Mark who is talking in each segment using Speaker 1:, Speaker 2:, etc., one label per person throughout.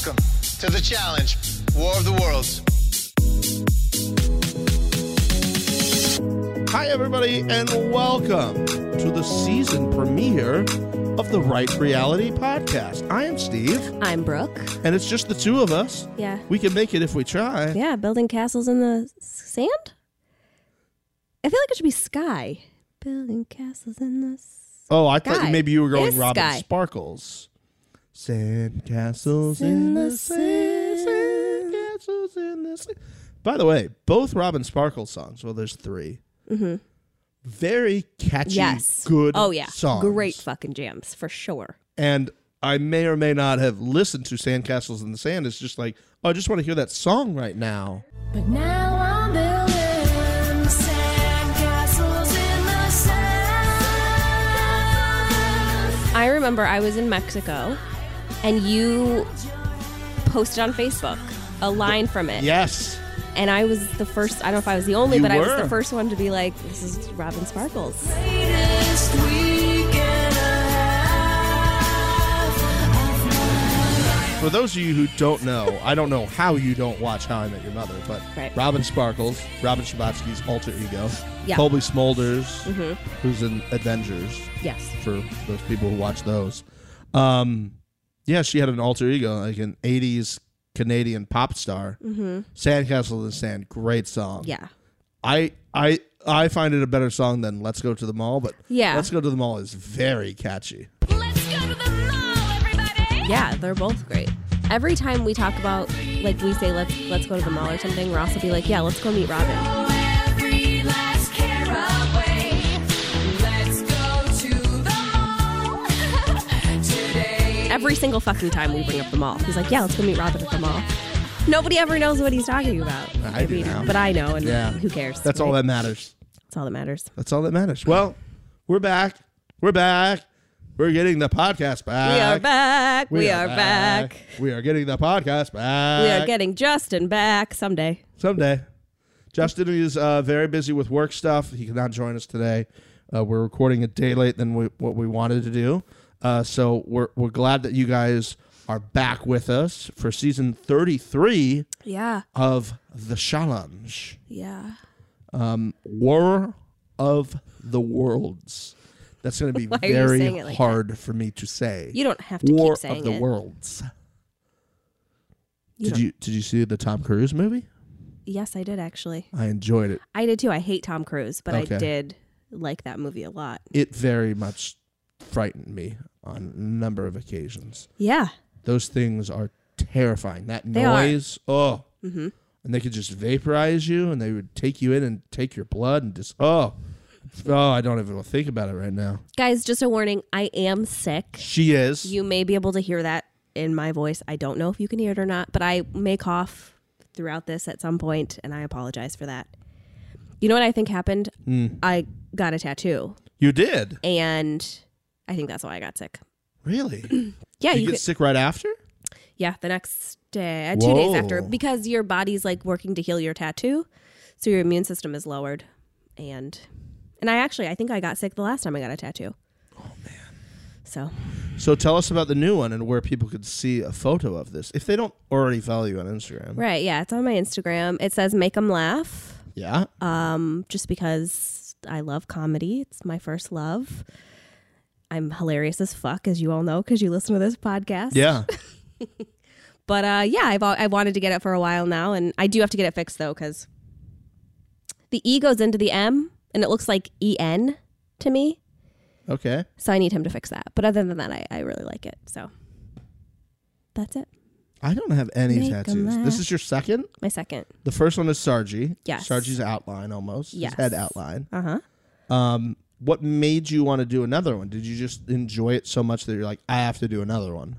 Speaker 1: to the challenge War of the Worlds.
Speaker 2: Hi, everybody, and welcome to the season premiere of the Right Reality Podcast. I am Steve,
Speaker 3: I'm Brooke.
Speaker 2: and it's just the two of us.
Speaker 3: Yeah.
Speaker 2: We can make it if we try.
Speaker 3: Yeah, building castles in the s- sand? I feel like it should be sky. Building castles in the s-
Speaker 2: Oh, I thought
Speaker 3: Sky.
Speaker 2: maybe you were
Speaker 3: It
Speaker 2: going
Speaker 3: is
Speaker 2: Robin
Speaker 3: sky.
Speaker 2: Sparkles. Sand castles in the sand. sand castles in the sand. By the way, both Robin Sparkles songs. Well, there's 3 Mm-hmm. Very catchy,
Speaker 3: Yes.
Speaker 2: good.
Speaker 3: Oh yeah.
Speaker 2: songs.
Speaker 3: Great fucking jams for sure.
Speaker 2: and I may or may not have listened to Sandcastles in the Sand. It's just like, oh, I just want to hear that song right now.
Speaker 4: But now I'm building sandcastles in the sand.
Speaker 3: I remember I was in Mexico and you posted on Facebook a line from it.
Speaker 2: Yes.
Speaker 3: And I was the first, I don't know if I was the only,
Speaker 2: You
Speaker 3: but I was
Speaker 2: were.
Speaker 3: the first one to be like, this is Robin Sparkles.
Speaker 4: Greatest week and a half.
Speaker 2: For those of you who don't know, I don't know how you don't watch How I Met Your Mother, but
Speaker 3: Right.
Speaker 2: Robin Sparkles, Robin Shabatsky's alter ego,
Speaker 3: Yeah. Mm-hmm.
Speaker 2: Colby Smulders, who's in Avengers,
Speaker 3: Yes.
Speaker 2: for those people who watch those. Um, yeah, she had an alter ego, like an 80s Canadian pop star. Mm-hmm. Sandcastle in the Sand, great song.
Speaker 3: Yeah.
Speaker 2: I I I find it a better song than "Let's Go to the Mall," but
Speaker 3: Yeah.
Speaker 2: "Let's Go to the Mall" is very catchy.
Speaker 4: Let's go to the mall, everybody.
Speaker 3: Yeah, they're both great. Every time we talk about, like, we say let's let's go to the mall or something, Ross will be like, yeah, let's go meet Robin.
Speaker 4: Every last caraway. Let's go to the mall today.
Speaker 3: Every single fucking time we bring up the mall, he's like, yeah, let's go meet Robin at the mall. Nobody ever knows what he's talking about.
Speaker 2: I do now.
Speaker 3: but I know, and
Speaker 2: Yeah.
Speaker 3: who cares?
Speaker 2: That's all
Speaker 3: right?
Speaker 2: that matters.
Speaker 3: That's all that matters.
Speaker 2: That's all that matters. Well, we're back. We're back. We're getting the podcast back.
Speaker 3: We are back. We, are back.
Speaker 2: We are getting the podcast back.
Speaker 3: We are getting Justin back someday.
Speaker 2: someday. Justin is uh, very busy with work stuff. He cannot join us today. Uh, we're recording a day late than we, what we wanted to do. Uh, so we're, we're glad that you guys are back with us for season 33
Speaker 3: Yeah.
Speaker 2: of The Challenge
Speaker 3: Yeah.
Speaker 2: War of the Worlds. That's going to be
Speaker 3: are you
Speaker 2: very
Speaker 3: saying it like
Speaker 2: hard for me to say.
Speaker 3: You don't have to
Speaker 2: War
Speaker 3: keep saying
Speaker 2: of the
Speaker 3: it.
Speaker 2: Worlds.
Speaker 3: You
Speaker 2: did
Speaker 3: don't-
Speaker 2: you did you see the Tom Cruise movie?
Speaker 3: Yes, I did actually.
Speaker 2: I enjoyed it.
Speaker 3: I did too. I hate Tom Cruise, but
Speaker 2: Okay.
Speaker 3: I did like that movie a lot.
Speaker 2: it very much frightened me on a number of occasions.
Speaker 3: Yeah.
Speaker 2: Those things are terrifying. That
Speaker 3: They are. Mm-hmm.
Speaker 2: noise, oh, and they could just vaporize you, and they would take you in and take your blood, and just oh, oh, I don't even want to think about it right now.
Speaker 3: Guys, just a warning. I am sick.
Speaker 2: She is.
Speaker 3: You may be able to hear that in my voice. I don't know if you can hear it or not, but I may cough throughout this at some point, and I apologize for that. You know what I think happened? I got a tattoo,
Speaker 2: you did
Speaker 3: and I think that's why I got sick.
Speaker 2: really.
Speaker 3: Yeah,
Speaker 2: you
Speaker 3: you,
Speaker 2: get
Speaker 3: could,
Speaker 2: sick right after.
Speaker 3: yeah. The next day, uh, two days after,
Speaker 2: Whoa.
Speaker 3: because your body's like working to heal your tattoo, so your immune system is lowered, and and I actually I think I got sick the last time I got a tattoo. Oh man. So
Speaker 2: So tell us about the new one and where people could see a photo of this if they don't already follow you on Instagram.
Speaker 3: Right, yeah, it's on my Instagram. It says make them laugh,
Speaker 2: Yeah.
Speaker 3: um, just because I love comedy. It's my first love. I'm hilarious as fuck, as you all know, because you listen to this podcast.
Speaker 2: yeah.
Speaker 3: But uh, yeah, I've al- I've wanted to get it for a while now, and I do have to get it fixed though, because the E goes into the M, and it looks like E N to me.
Speaker 2: Okay.
Speaker 3: So I need him to fix that. But other than that, I, I really like it. So that's it.
Speaker 2: I don't have any
Speaker 3: Make 'em
Speaker 2: tattoos.
Speaker 3: laugh.
Speaker 2: This is your second.
Speaker 3: My second.
Speaker 2: The first one is Sarji.
Speaker 3: Yes.
Speaker 2: Sarji's outline almost. His
Speaker 3: Yes.
Speaker 2: head outline.
Speaker 3: Uh huh.
Speaker 2: Um, what made you want to do another one? Did you just enjoy it so much that you're like, I have to do another one?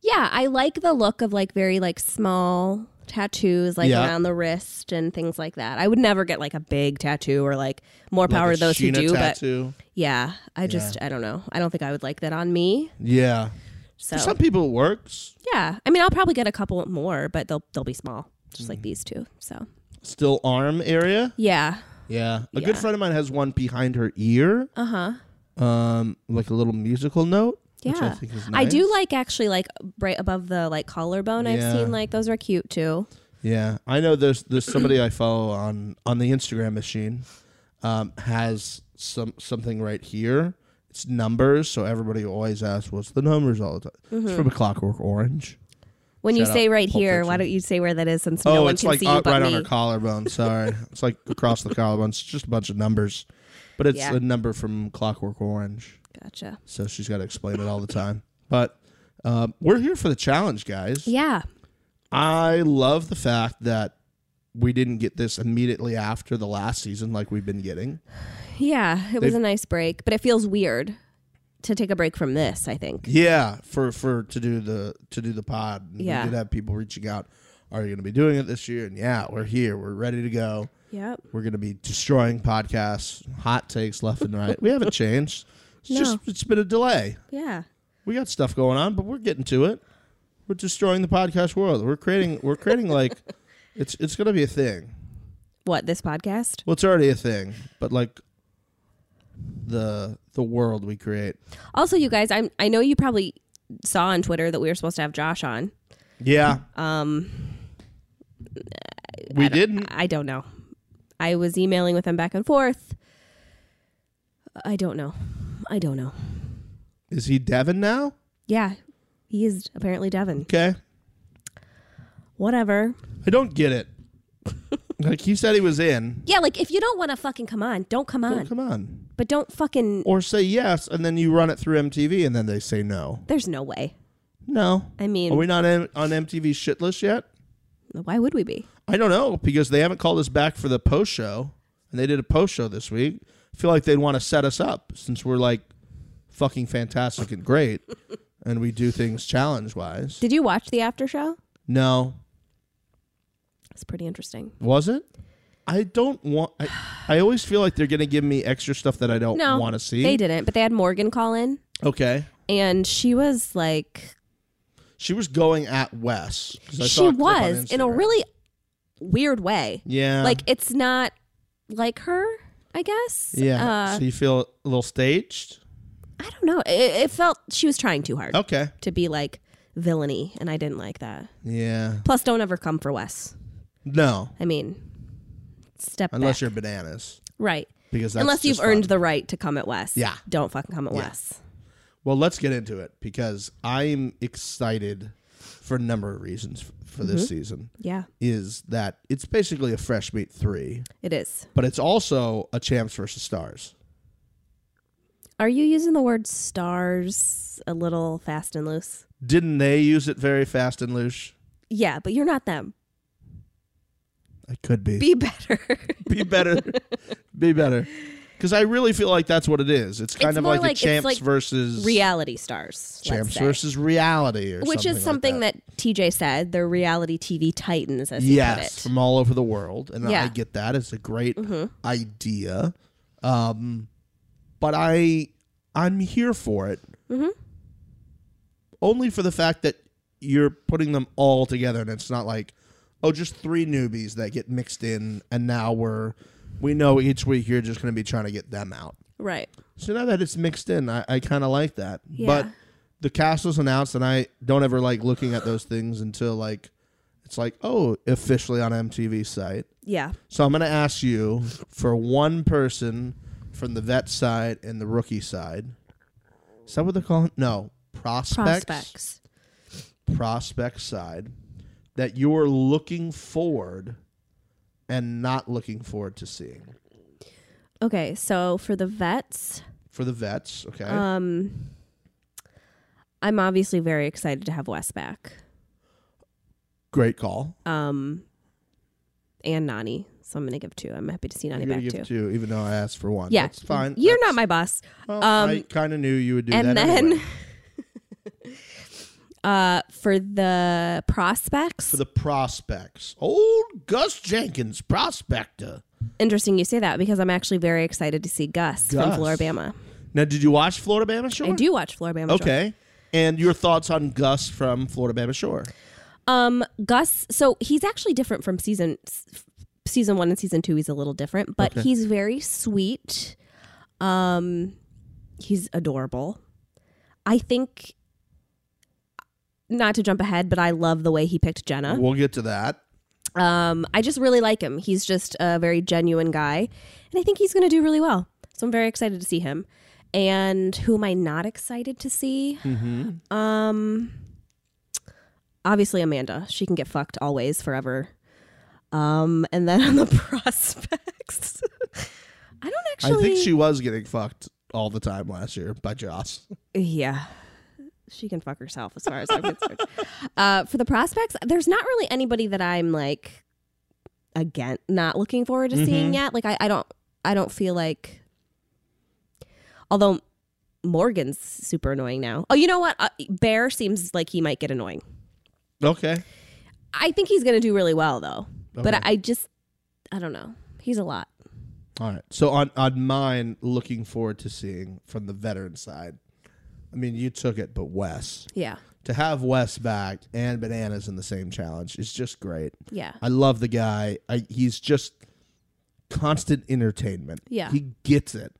Speaker 3: Yeah, I like the look of like very like small tattoos like
Speaker 2: Yeah.
Speaker 3: around the wrist and things like that. I would never get like a big tattoo or like more power
Speaker 2: Like a
Speaker 3: to those who
Speaker 2: Sheena
Speaker 3: do,
Speaker 2: tattoo.
Speaker 3: but yeah, I just I don't know. I don't think I would like that on me.
Speaker 2: Yeah.
Speaker 3: So
Speaker 2: For some people it works.
Speaker 3: yeah, I mean I'll probably get a couple more, but they'll they'll be small, just
Speaker 2: Mm.
Speaker 3: like these two. So
Speaker 2: Still arm area.
Speaker 3: yeah,
Speaker 2: Yeah. A
Speaker 3: Yeah.
Speaker 2: good friend of mine has one behind her ear.
Speaker 3: uh huh.
Speaker 2: Um, like a little musical note.
Speaker 3: Yeah,
Speaker 2: which I think is
Speaker 3: do
Speaker 2: nice.
Speaker 3: like actually like right above the like collarbone.
Speaker 2: Yeah.
Speaker 3: I've seen like those are cute too.
Speaker 2: Yeah, I know. There's there's somebody I follow on on the Instagram machine um, has some something right here. It's numbers, so everybody always asks, "What's the numbers?" All the time.
Speaker 3: Mm-hmm.
Speaker 2: It's from a Clockwork Orange.
Speaker 3: When you
Speaker 2: Shout
Speaker 3: say
Speaker 2: out
Speaker 3: right
Speaker 2: Pulp
Speaker 3: here,
Speaker 2: Fiction.
Speaker 3: why don't you say where that is since
Speaker 2: oh,
Speaker 3: no one
Speaker 2: it's
Speaker 3: can
Speaker 2: like
Speaker 3: see
Speaker 2: uh,
Speaker 3: you but
Speaker 2: right
Speaker 3: me?
Speaker 2: on her collarbone. Sorry, it's like across the collarbone. It's just a bunch of numbers, but it's
Speaker 3: Yeah.
Speaker 2: a number from Clockwork Orange.
Speaker 3: Gotcha.
Speaker 2: So she's got to explain it all the time. But um, we're here for the challenge, guys.
Speaker 3: Yeah.
Speaker 2: I love the fact that we didn't get this immediately after the last season like we've been getting.
Speaker 3: Yeah, it was
Speaker 2: They've-
Speaker 3: a nice break, but it feels weird to take a break from this, I think.
Speaker 2: Yeah, for for to do the to do the pod. And
Speaker 3: Yeah.
Speaker 2: we did have people reaching out. Are you going to be doing it this year? And yeah, we're here. We're ready to go.
Speaker 3: Yep.
Speaker 2: We're going to be destroying podcasts, hot takes left and right. we haven't changed. It's
Speaker 3: No.
Speaker 2: just it's been a delay.
Speaker 3: Yeah.
Speaker 2: We got stuff going on, but we're getting to it. We're destroying the podcast world. We're creating we're creating like it's it's going to be a thing.
Speaker 3: What, this podcast?
Speaker 2: Well, it's already a thing, but like the the world we create.
Speaker 3: Also, you guys, I'm I know you probably saw on Twitter that we were supposed to have Josh on.
Speaker 2: Yeah. Um we didn't.
Speaker 3: I don't know. I was emailing with him back and forth. I don't know. I don't know.
Speaker 2: Is he Devin now?
Speaker 3: Yeah. He is apparently Devin.
Speaker 2: Okay.
Speaker 3: Whatever.
Speaker 2: I don't get it. like he said he was in.
Speaker 3: Yeah, like if you don't want to fucking come on, don't come
Speaker 2: Well,
Speaker 3: on.
Speaker 2: come on.
Speaker 3: But don't fucking
Speaker 2: Or say yes and then you run it through MTV and then they say no.
Speaker 3: there's no way.
Speaker 2: No.
Speaker 3: I mean-
Speaker 2: are we not in, on MTV shit list yet?
Speaker 3: Why would we be?
Speaker 2: I don't know because they haven't called us back for the post show, and they did a post show this week. I feel like they'd want to set us up since we're like fucking fantastic and great, and we do things challenge wise.
Speaker 3: Did you watch the after show?
Speaker 2: No,
Speaker 3: It's pretty interesting.
Speaker 2: was it? I don't want. I, I always feel like they're gonna give me extra stuff that I don't
Speaker 3: No,
Speaker 2: want to see.
Speaker 3: They didn't, but they had Morgan call in,
Speaker 2: Okay,
Speaker 3: and she was like,
Speaker 2: she was going at Wes. 'cause I saw
Speaker 3: she
Speaker 2: a clip on
Speaker 3: was in a
Speaker 2: Instagram.
Speaker 3: really weird way.
Speaker 2: yeah,
Speaker 3: Like it's not like her, I guess.
Speaker 2: yeah.
Speaker 3: Uh,
Speaker 2: so you feel a little staged.
Speaker 3: I don't know. It, it felt she was trying too hard
Speaker 2: Okay.
Speaker 3: to be like villainy, and I didn't like that.
Speaker 2: Yeah.
Speaker 3: Plus, don't ever come for Wes.
Speaker 2: No,
Speaker 3: I mean, step
Speaker 2: unless
Speaker 3: back.
Speaker 2: you're bananas,
Speaker 3: right.
Speaker 2: because that's
Speaker 3: Unless you've
Speaker 2: just
Speaker 3: earned
Speaker 2: fun.
Speaker 3: the right to come at Wes.
Speaker 2: Yeah.
Speaker 3: Don't fucking come at Wes.
Speaker 2: Well, let's get into it because I'm excited for a number of reasons f- for this
Speaker 3: Mm-hmm.
Speaker 2: season.
Speaker 3: Yeah,
Speaker 2: Is that it's basically a Fresh Meat 3,
Speaker 3: it is.
Speaker 2: but it's also a Champs versus Stars.
Speaker 3: Are you using the word stars a little fast and loose?
Speaker 2: Didn't they use it very fast and loose?
Speaker 3: Yeah, but you're not them.
Speaker 2: I could be.
Speaker 3: Be better.
Speaker 2: Be better. be better. Because I really feel like that's what it is. It's kind of
Speaker 3: more
Speaker 2: like,
Speaker 3: like-
Speaker 2: a
Speaker 3: it's
Speaker 2: Champs
Speaker 3: like
Speaker 2: versus
Speaker 3: reality stars.
Speaker 2: Champs
Speaker 3: let's say.
Speaker 2: versus reality, or
Speaker 3: Which is something
Speaker 2: like that.
Speaker 3: that. TJ said. They're reality TV titans, as he put
Speaker 2: yes
Speaker 3: it.
Speaker 2: from all over the world and i
Speaker 3: Yeah. Mm-hmm.
Speaker 2: get that it's a great idea um but i i'm here for it
Speaker 3: Mm-hmm.
Speaker 2: only for the fact that you're putting them all together and it's not like oh just three newbies that get mixed in and now we're we know each week you're just going to be trying to get them out
Speaker 3: right.
Speaker 2: so now that it's mixed in, I, I kind of like that. But
Speaker 3: Yeah.
Speaker 2: the cast was announced, and I don't ever like looking at those things until like it's like oh, officially on MTV site.
Speaker 3: Yeah.
Speaker 2: So I'm gonna ask you for one person from the vet side and the rookie side. Is that what they're calling? No, prospects, prospect,
Speaker 3: Prospects.
Speaker 2: prospect side that you're looking forward and not looking forward to seeing
Speaker 3: Okay, so for the vets,
Speaker 2: for the vets. Okay.
Speaker 3: um, I'm obviously very excited to have Wes back.
Speaker 2: Great call.
Speaker 3: Um, and Nani. So I'm gonna give two. I'm happy to see Nani
Speaker 2: You're gonna
Speaker 3: back
Speaker 2: give
Speaker 3: too.
Speaker 2: two, even though I asked for one.
Speaker 3: Yeah,
Speaker 2: that's fine.
Speaker 3: You're
Speaker 2: That's-
Speaker 3: not my boss.
Speaker 2: Well,
Speaker 3: um,
Speaker 2: I kind of knew you would do
Speaker 3: and
Speaker 2: that.
Speaker 3: then-
Speaker 2: anyway.
Speaker 3: Uh, for the prospects,
Speaker 2: for the prospects, old Gus Jenkins, prospector.
Speaker 3: interesting you say that because I'm actually very excited to see Gus, from
Speaker 2: Gus.
Speaker 3: Floribama.
Speaker 2: Now, did you watch Florida Bama Shore?
Speaker 3: I do watch Floribama. Shore.
Speaker 2: Okay, and your thoughts on Gus from Florida Bama Shore?
Speaker 3: Um, Gus. So he's actually different from season s- season one and season two. He's a little different, but he's very sweet. Um, he's adorable. I think not to jump ahead, but I love the way he picked Jenna.
Speaker 2: We'll get to that.
Speaker 3: Um, I just really like him. He's just a very genuine guy, and I think he's going to do really well. So I'm very excited to see him. And who am I not excited to see?
Speaker 2: Mm-hmm.
Speaker 3: Um, obviously Amanda. She can get fucked always, forever. Um, and then on the prospects, I don't actually.
Speaker 2: I think she was getting fucked all the time last year by Joss.
Speaker 3: Yeah. She can fuck herself as far as I'm concerned. Uh, for the prospects, there's not really anybody that I'm like again not looking forward to seeing yet. Like I, I don't I don't feel like although Morgan's super annoying now. Oh, you know what? Uh, Bear seems like he might get annoying.
Speaker 2: Okay.
Speaker 3: I think he's going to do really well though. But I,
Speaker 2: Okay.
Speaker 3: I just I don't know. He's a lot.
Speaker 2: All right. So on on mine, looking forward to seeing from the veteran side. I mean, you took it, but Wes
Speaker 3: Yeah.
Speaker 2: to have Wes back and bananas in the same challenge is just great.
Speaker 3: Yeah.
Speaker 2: I love the guy. I, he's just constant entertainment.
Speaker 3: Yeah.
Speaker 2: he gets it.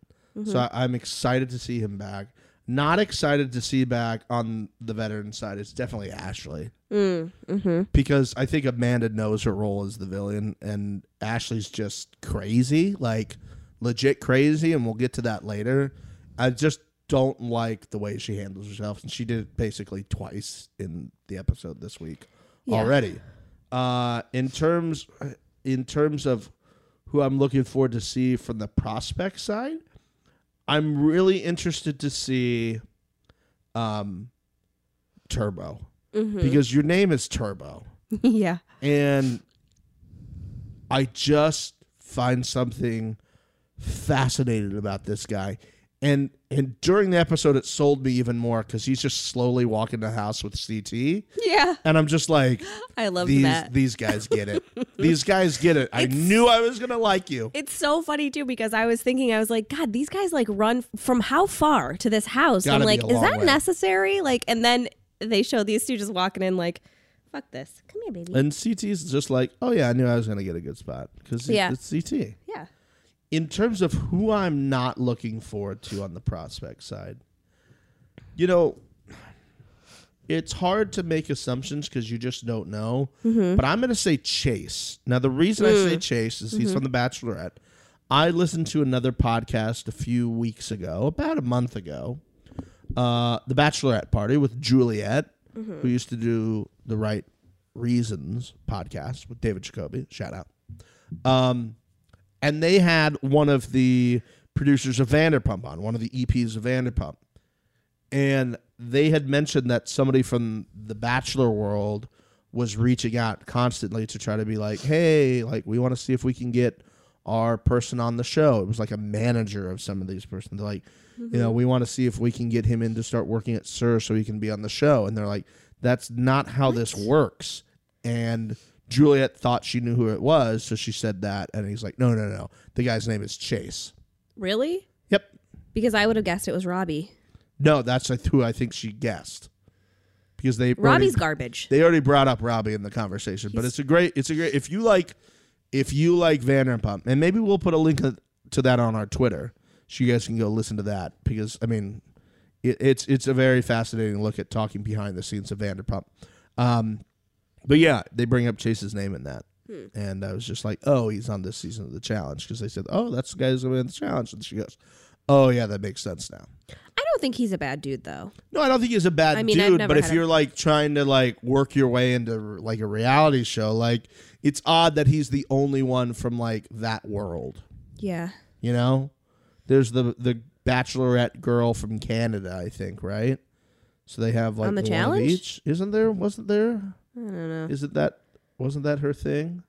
Speaker 2: So I, I'm excited to see him back. Not excited to see back on the veteran side. It's definitely Ashley because I think Amanda knows her role as the villain, and Ashley's just crazy, like legit crazy, and we'll get to that later. I just don't like the way she handles herself, and she did it basically twice in the episode this week
Speaker 3: Yeah.
Speaker 2: already. Uh, in terms, uh, in terms of who I'm looking forward to see from the prospect side, I'm really interested to see um, Turbo
Speaker 3: Mm-hmm.
Speaker 2: because your name is Turbo.
Speaker 3: yeah.
Speaker 2: And I just find something fascinated about this guy. And and during the episode it sold me even more because he's just slowly walking the house with CT.
Speaker 3: Yeah.
Speaker 2: And I'm just like
Speaker 3: I love
Speaker 2: these
Speaker 3: that.
Speaker 2: these guys get it. these guys get it. I knew I was gonna like you.
Speaker 3: It's so funny too because I was thinking I was like, God, these guys like run f- from how far to this house?
Speaker 2: Gotta
Speaker 3: I'm
Speaker 2: be
Speaker 3: like,
Speaker 2: a
Speaker 3: is
Speaker 2: long
Speaker 3: that
Speaker 2: way.
Speaker 3: necessary? Like, and then they show these two just walking in like, fuck this, come here, baby.
Speaker 2: And CT's just like, oh yeah, I knew I was gonna get a good spot because
Speaker 3: Yeah.
Speaker 2: it's CT.
Speaker 3: yeah,
Speaker 2: in terms of who I'm not looking forward to on the prospect side, you know, it's hard to make assumptions because you just don't know. But I'm going to say Chase. Now, the reason I say Chase is he's from The Bachelorette. I listened to another podcast a few weeks ago, about a month ago, uh, The Bachelorette Party with Juliet, who used to do the Right Reasons podcast with David Jacoby. Shout out and they had one of the producers of Vanderpump on, one of the EPs of Vanderpump. And they had mentioned that somebody from the Bachelor world was reaching out constantly to try to be like, hey, like, we want to see if we can get our person on the show. It was like a manager of some of these persons. They're like, you know, we want to see if we can get him in to start working at Sir so he can be on the show. And they're like, that's not how this works. And Juliet thought she knew who it was, so she said that. And he's like, no, no, no. The guy's name is Chase.
Speaker 3: really?
Speaker 2: Yep.
Speaker 3: Because I would have guessed it was Robbie.
Speaker 2: No, that's like who I think she guessed. Because they already,
Speaker 3: Robbie's garbage.
Speaker 2: they already brought up Robbie in the conversation, but it's a great it's a great if you like if you like Vanderpump, and maybe we'll put a link to that on our Twitter, so you guys can go listen to that because I mean, it, it's it's a very fascinating look at talking behind the scenes of Vanderpump. Um, but yeah, they bring up Chase's name in that, and I was just like, oh, he's on this season of the challenge because they said, oh, that's the guy who's going to win the challenge, and she goes, oh yeah, that makes sense now.
Speaker 3: I don't think he's a bad dude though.
Speaker 2: No, I don't think he's a bad
Speaker 3: I mean, I've
Speaker 2: dude,
Speaker 3: never
Speaker 2: but if
Speaker 3: had a-
Speaker 2: you're like trying to like work your way into like a reality show, like it's odd that he's the only one from like that world,
Speaker 3: Yeah,
Speaker 2: you know? There's the the bachelorette girl from Canada, I think, right? So they have like
Speaker 3: On the
Speaker 2: one of
Speaker 3: challenge?
Speaker 2: each. Isn't there? Wasn't there?
Speaker 3: I don't know.
Speaker 2: Isn't that wasn't that her thing?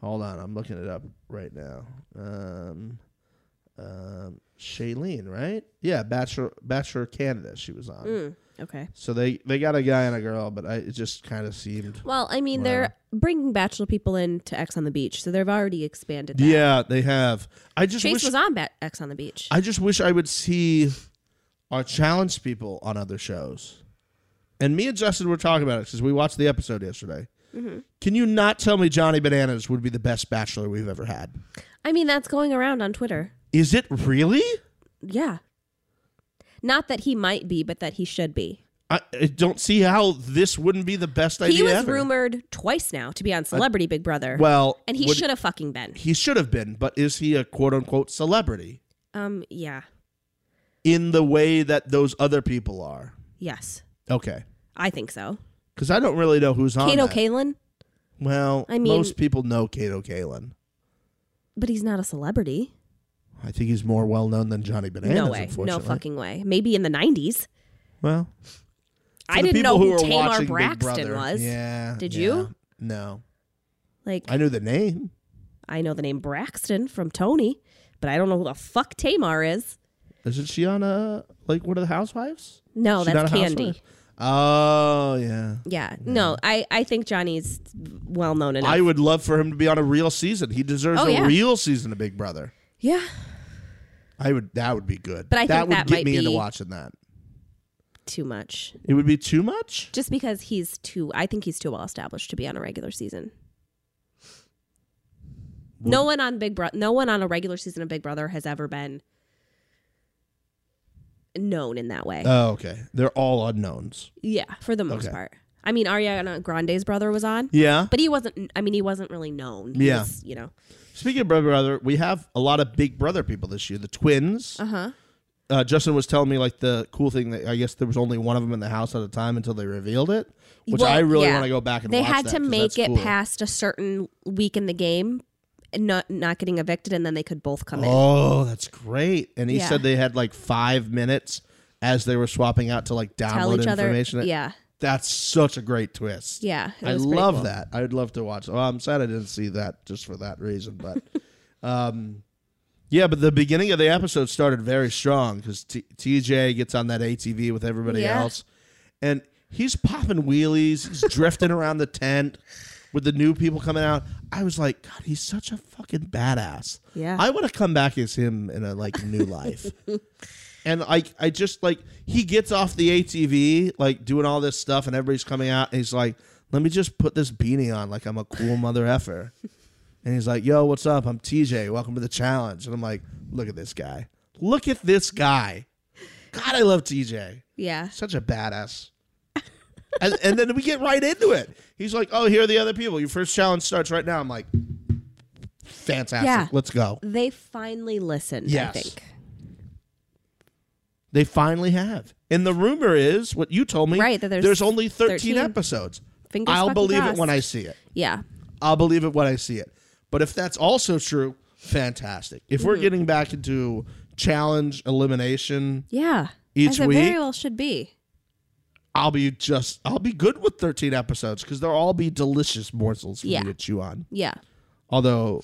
Speaker 2: Hold on, I'm looking it up right now. Um, um, Shailene, right? Yeah, Bachelor Bachelor Canada. She was on.
Speaker 3: Mm. Okay.
Speaker 2: So they they got a guy and a girl, but I, it just kind of seemed.
Speaker 3: Well, I mean, they're bringing bachelor people in to X on the Beach, so they've already expanded. That.
Speaker 2: Yeah, they have. I just
Speaker 3: Chase
Speaker 2: wish
Speaker 3: was on ba- X on the Beach.
Speaker 2: I just wish I would see our challenge people on other shows. And me and Justin were talking about it because we watched the episode yesterday.
Speaker 3: Mm-hmm.
Speaker 2: Can you not tell me Johnny Bananas would be the best bachelor we've ever had?
Speaker 3: I mean, that's going around on Twitter.
Speaker 2: Is it really?
Speaker 3: Yeah. Not that he might be, but that he should be.
Speaker 2: I, I don't see how this wouldn't be the best idea.
Speaker 3: He was
Speaker 2: ever.
Speaker 3: rumored twice now to be on Celebrity Big Brother.
Speaker 2: Well,
Speaker 3: and he
Speaker 2: would-
Speaker 3: should have fucking been.
Speaker 2: He should have been, but is he a quote unquote celebrity
Speaker 3: Um, yeah,
Speaker 2: in the way that those other people are?
Speaker 3: yes,
Speaker 2: Okay,
Speaker 3: I think so.
Speaker 2: because I don't really know who's on.
Speaker 3: Kato
Speaker 2: that.
Speaker 3: Kalin,
Speaker 2: Well,
Speaker 3: I mean-
Speaker 2: most people know Kato Kalin.
Speaker 3: but he's not a celebrity.
Speaker 2: I think he's more well known than Johnny Bananas.
Speaker 3: no way, no
Speaker 2: unfortunately.
Speaker 3: fucking way. Maybe in the nineties.
Speaker 2: Well,
Speaker 3: I
Speaker 2: for the
Speaker 3: didn't know
Speaker 2: people
Speaker 3: who,
Speaker 2: are watching
Speaker 3: Tamar
Speaker 2: Big
Speaker 3: Braxton
Speaker 2: Brother,
Speaker 3: was.
Speaker 2: Yeah.
Speaker 3: Did
Speaker 2: yeah.
Speaker 3: you?
Speaker 2: No,
Speaker 3: Like
Speaker 2: I knew the name.
Speaker 3: I know the name Braxton from Tony, but I don't know who the fuck Tamar is.
Speaker 2: Isn't she on a like one of the Housewives?
Speaker 3: No,
Speaker 2: She
Speaker 3: that's
Speaker 2: not a
Speaker 3: Candy.
Speaker 2: housewife? Oh yeah.
Speaker 3: Yeah. No, I, I think Johnny's well known enough.
Speaker 2: I would love for him to be on a real season. He deserves
Speaker 3: Oh,
Speaker 2: a
Speaker 3: yeah.
Speaker 2: real season of Big Brother.
Speaker 3: yeah.
Speaker 2: I would. That would be good.
Speaker 3: But I
Speaker 2: that
Speaker 3: think
Speaker 2: would
Speaker 3: that
Speaker 2: get
Speaker 3: might
Speaker 2: me into
Speaker 3: be-
Speaker 2: watching that.
Speaker 3: Too much.
Speaker 2: It would be too much.
Speaker 3: Just because he's too I think he's too well established to be on a regular season. No one on Big Brother no one on a regular season of Big Brother has ever been known in that way.
Speaker 2: Oh, okay. They're all unknowns.
Speaker 3: yeah, for the most
Speaker 2: okay.
Speaker 3: part. I mean Ariana Grande's brother was on.
Speaker 2: Yeah.
Speaker 3: But he wasn't I mean he wasn't really known. He
Speaker 2: Yeah.
Speaker 3: was, you know.
Speaker 2: Speaking of Big Brother, we have a lot of Big Brother people this year. The twins.
Speaker 3: Uh-huh.
Speaker 2: Uh, Justin was telling me like the cool thing that I guess there was only one of them in the house at a time until they revealed it, which
Speaker 3: Well,
Speaker 2: I really
Speaker 3: yeah.
Speaker 2: want to go back and
Speaker 3: they
Speaker 2: watch
Speaker 3: had
Speaker 2: that,
Speaker 3: to
Speaker 2: 'cause
Speaker 3: make
Speaker 2: that's
Speaker 3: it
Speaker 2: cool.
Speaker 3: past a certain week in the game and not not getting evicted and then they could both come in
Speaker 2: Oh, that's great! And he
Speaker 3: Yeah.
Speaker 2: said they had like five minutes as they were swapping out to like
Speaker 3: tell
Speaker 2: download
Speaker 3: each other
Speaker 2: information.
Speaker 3: yeah
Speaker 2: that's such a great twist.
Speaker 3: yeah it
Speaker 2: I
Speaker 3: was pretty
Speaker 2: love
Speaker 3: cool.
Speaker 2: that. I would love to watch. Oh, I'm sad I didn't see that just for that reason. But, um, yeah, but the beginning of the episode started very strong because T- TJ gets on that ATV with everybody
Speaker 3: Yeah.
Speaker 2: else, and he's popping wheelies. He's drifting around the tent with the new people coming out. I was like, God, he's such a fucking badass.
Speaker 3: Yeah.
Speaker 2: I want to come back as him in a like new life. And I, I just like he gets off the ATV, like doing all this stuff, and everybody's coming out, and he's like, "Let me just put this beanie on, like I'm a cool mother effer." And he's like, "Yo, what's up? I'm TJ. Welcome to the challenge." And I'm like, "Look at this guy. Look at this guy. God, I love TJ.
Speaker 3: yeah
Speaker 2: Such a badass." and, and then we get right into it. He's like, "Oh, here are the other people. Your first challenge starts right now." I'm like, "Fantastic.
Speaker 3: Yeah.
Speaker 2: Let's go."
Speaker 3: they finally listened
Speaker 2: Yes.
Speaker 3: i think
Speaker 2: They finally have. And the rumor is what you told me.
Speaker 3: Right, that there's
Speaker 2: only 13,
Speaker 3: 13.
Speaker 2: episodes.
Speaker 3: Fingers
Speaker 2: I'll
Speaker 3: fucking
Speaker 2: believe it when
Speaker 3: crossed.
Speaker 2: I see it.
Speaker 3: yeah
Speaker 2: I'll believe it when I see it. But if that's also true, fantastic. If
Speaker 3: Mm-hmm.
Speaker 2: we're getting back into challenge elimination,
Speaker 3: yeah
Speaker 2: Each
Speaker 3: as it
Speaker 2: week?
Speaker 3: very well should be
Speaker 2: I'll be just I'll be good with 13 episodes cuz they'll all be delicious morsels for
Speaker 3: Yeah.
Speaker 2: me to chew on.
Speaker 3: yeah
Speaker 2: Although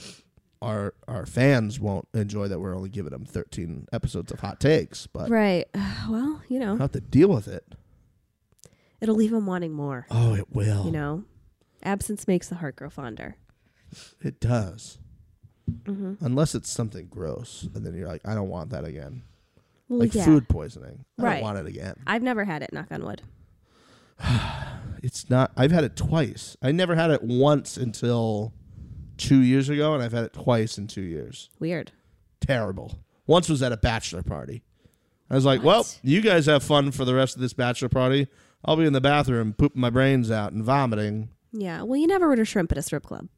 Speaker 2: our our fans won't enjoy that we're only giving them 13 episodes of hot takes, but
Speaker 3: right well you
Speaker 2: I'll
Speaker 3: know
Speaker 2: have to deal with it.
Speaker 3: it'll leave them wanting more
Speaker 2: Oh, it will.
Speaker 3: you know absence makes the heart grow fonder
Speaker 2: It does.
Speaker 3: Mm-hmm.
Speaker 2: Unless it's something gross, and then you're like, I don't want that again.
Speaker 3: well,
Speaker 2: like
Speaker 3: yeah
Speaker 2: food poisoning. I don't
Speaker 3: Right.
Speaker 2: want it again.
Speaker 3: i've never had it knock on wood
Speaker 2: It's not. I've had it twice. I never had it once until two years ago, and I've had it twice in two years.
Speaker 3: weird
Speaker 2: Terrible. Once was at a bachelor party. I was like, well, you guys have fun for the rest of this bachelor party. I'll be in the bathroom pooping my brains out and vomiting.
Speaker 3: yeah well you never order shrimp at a strip club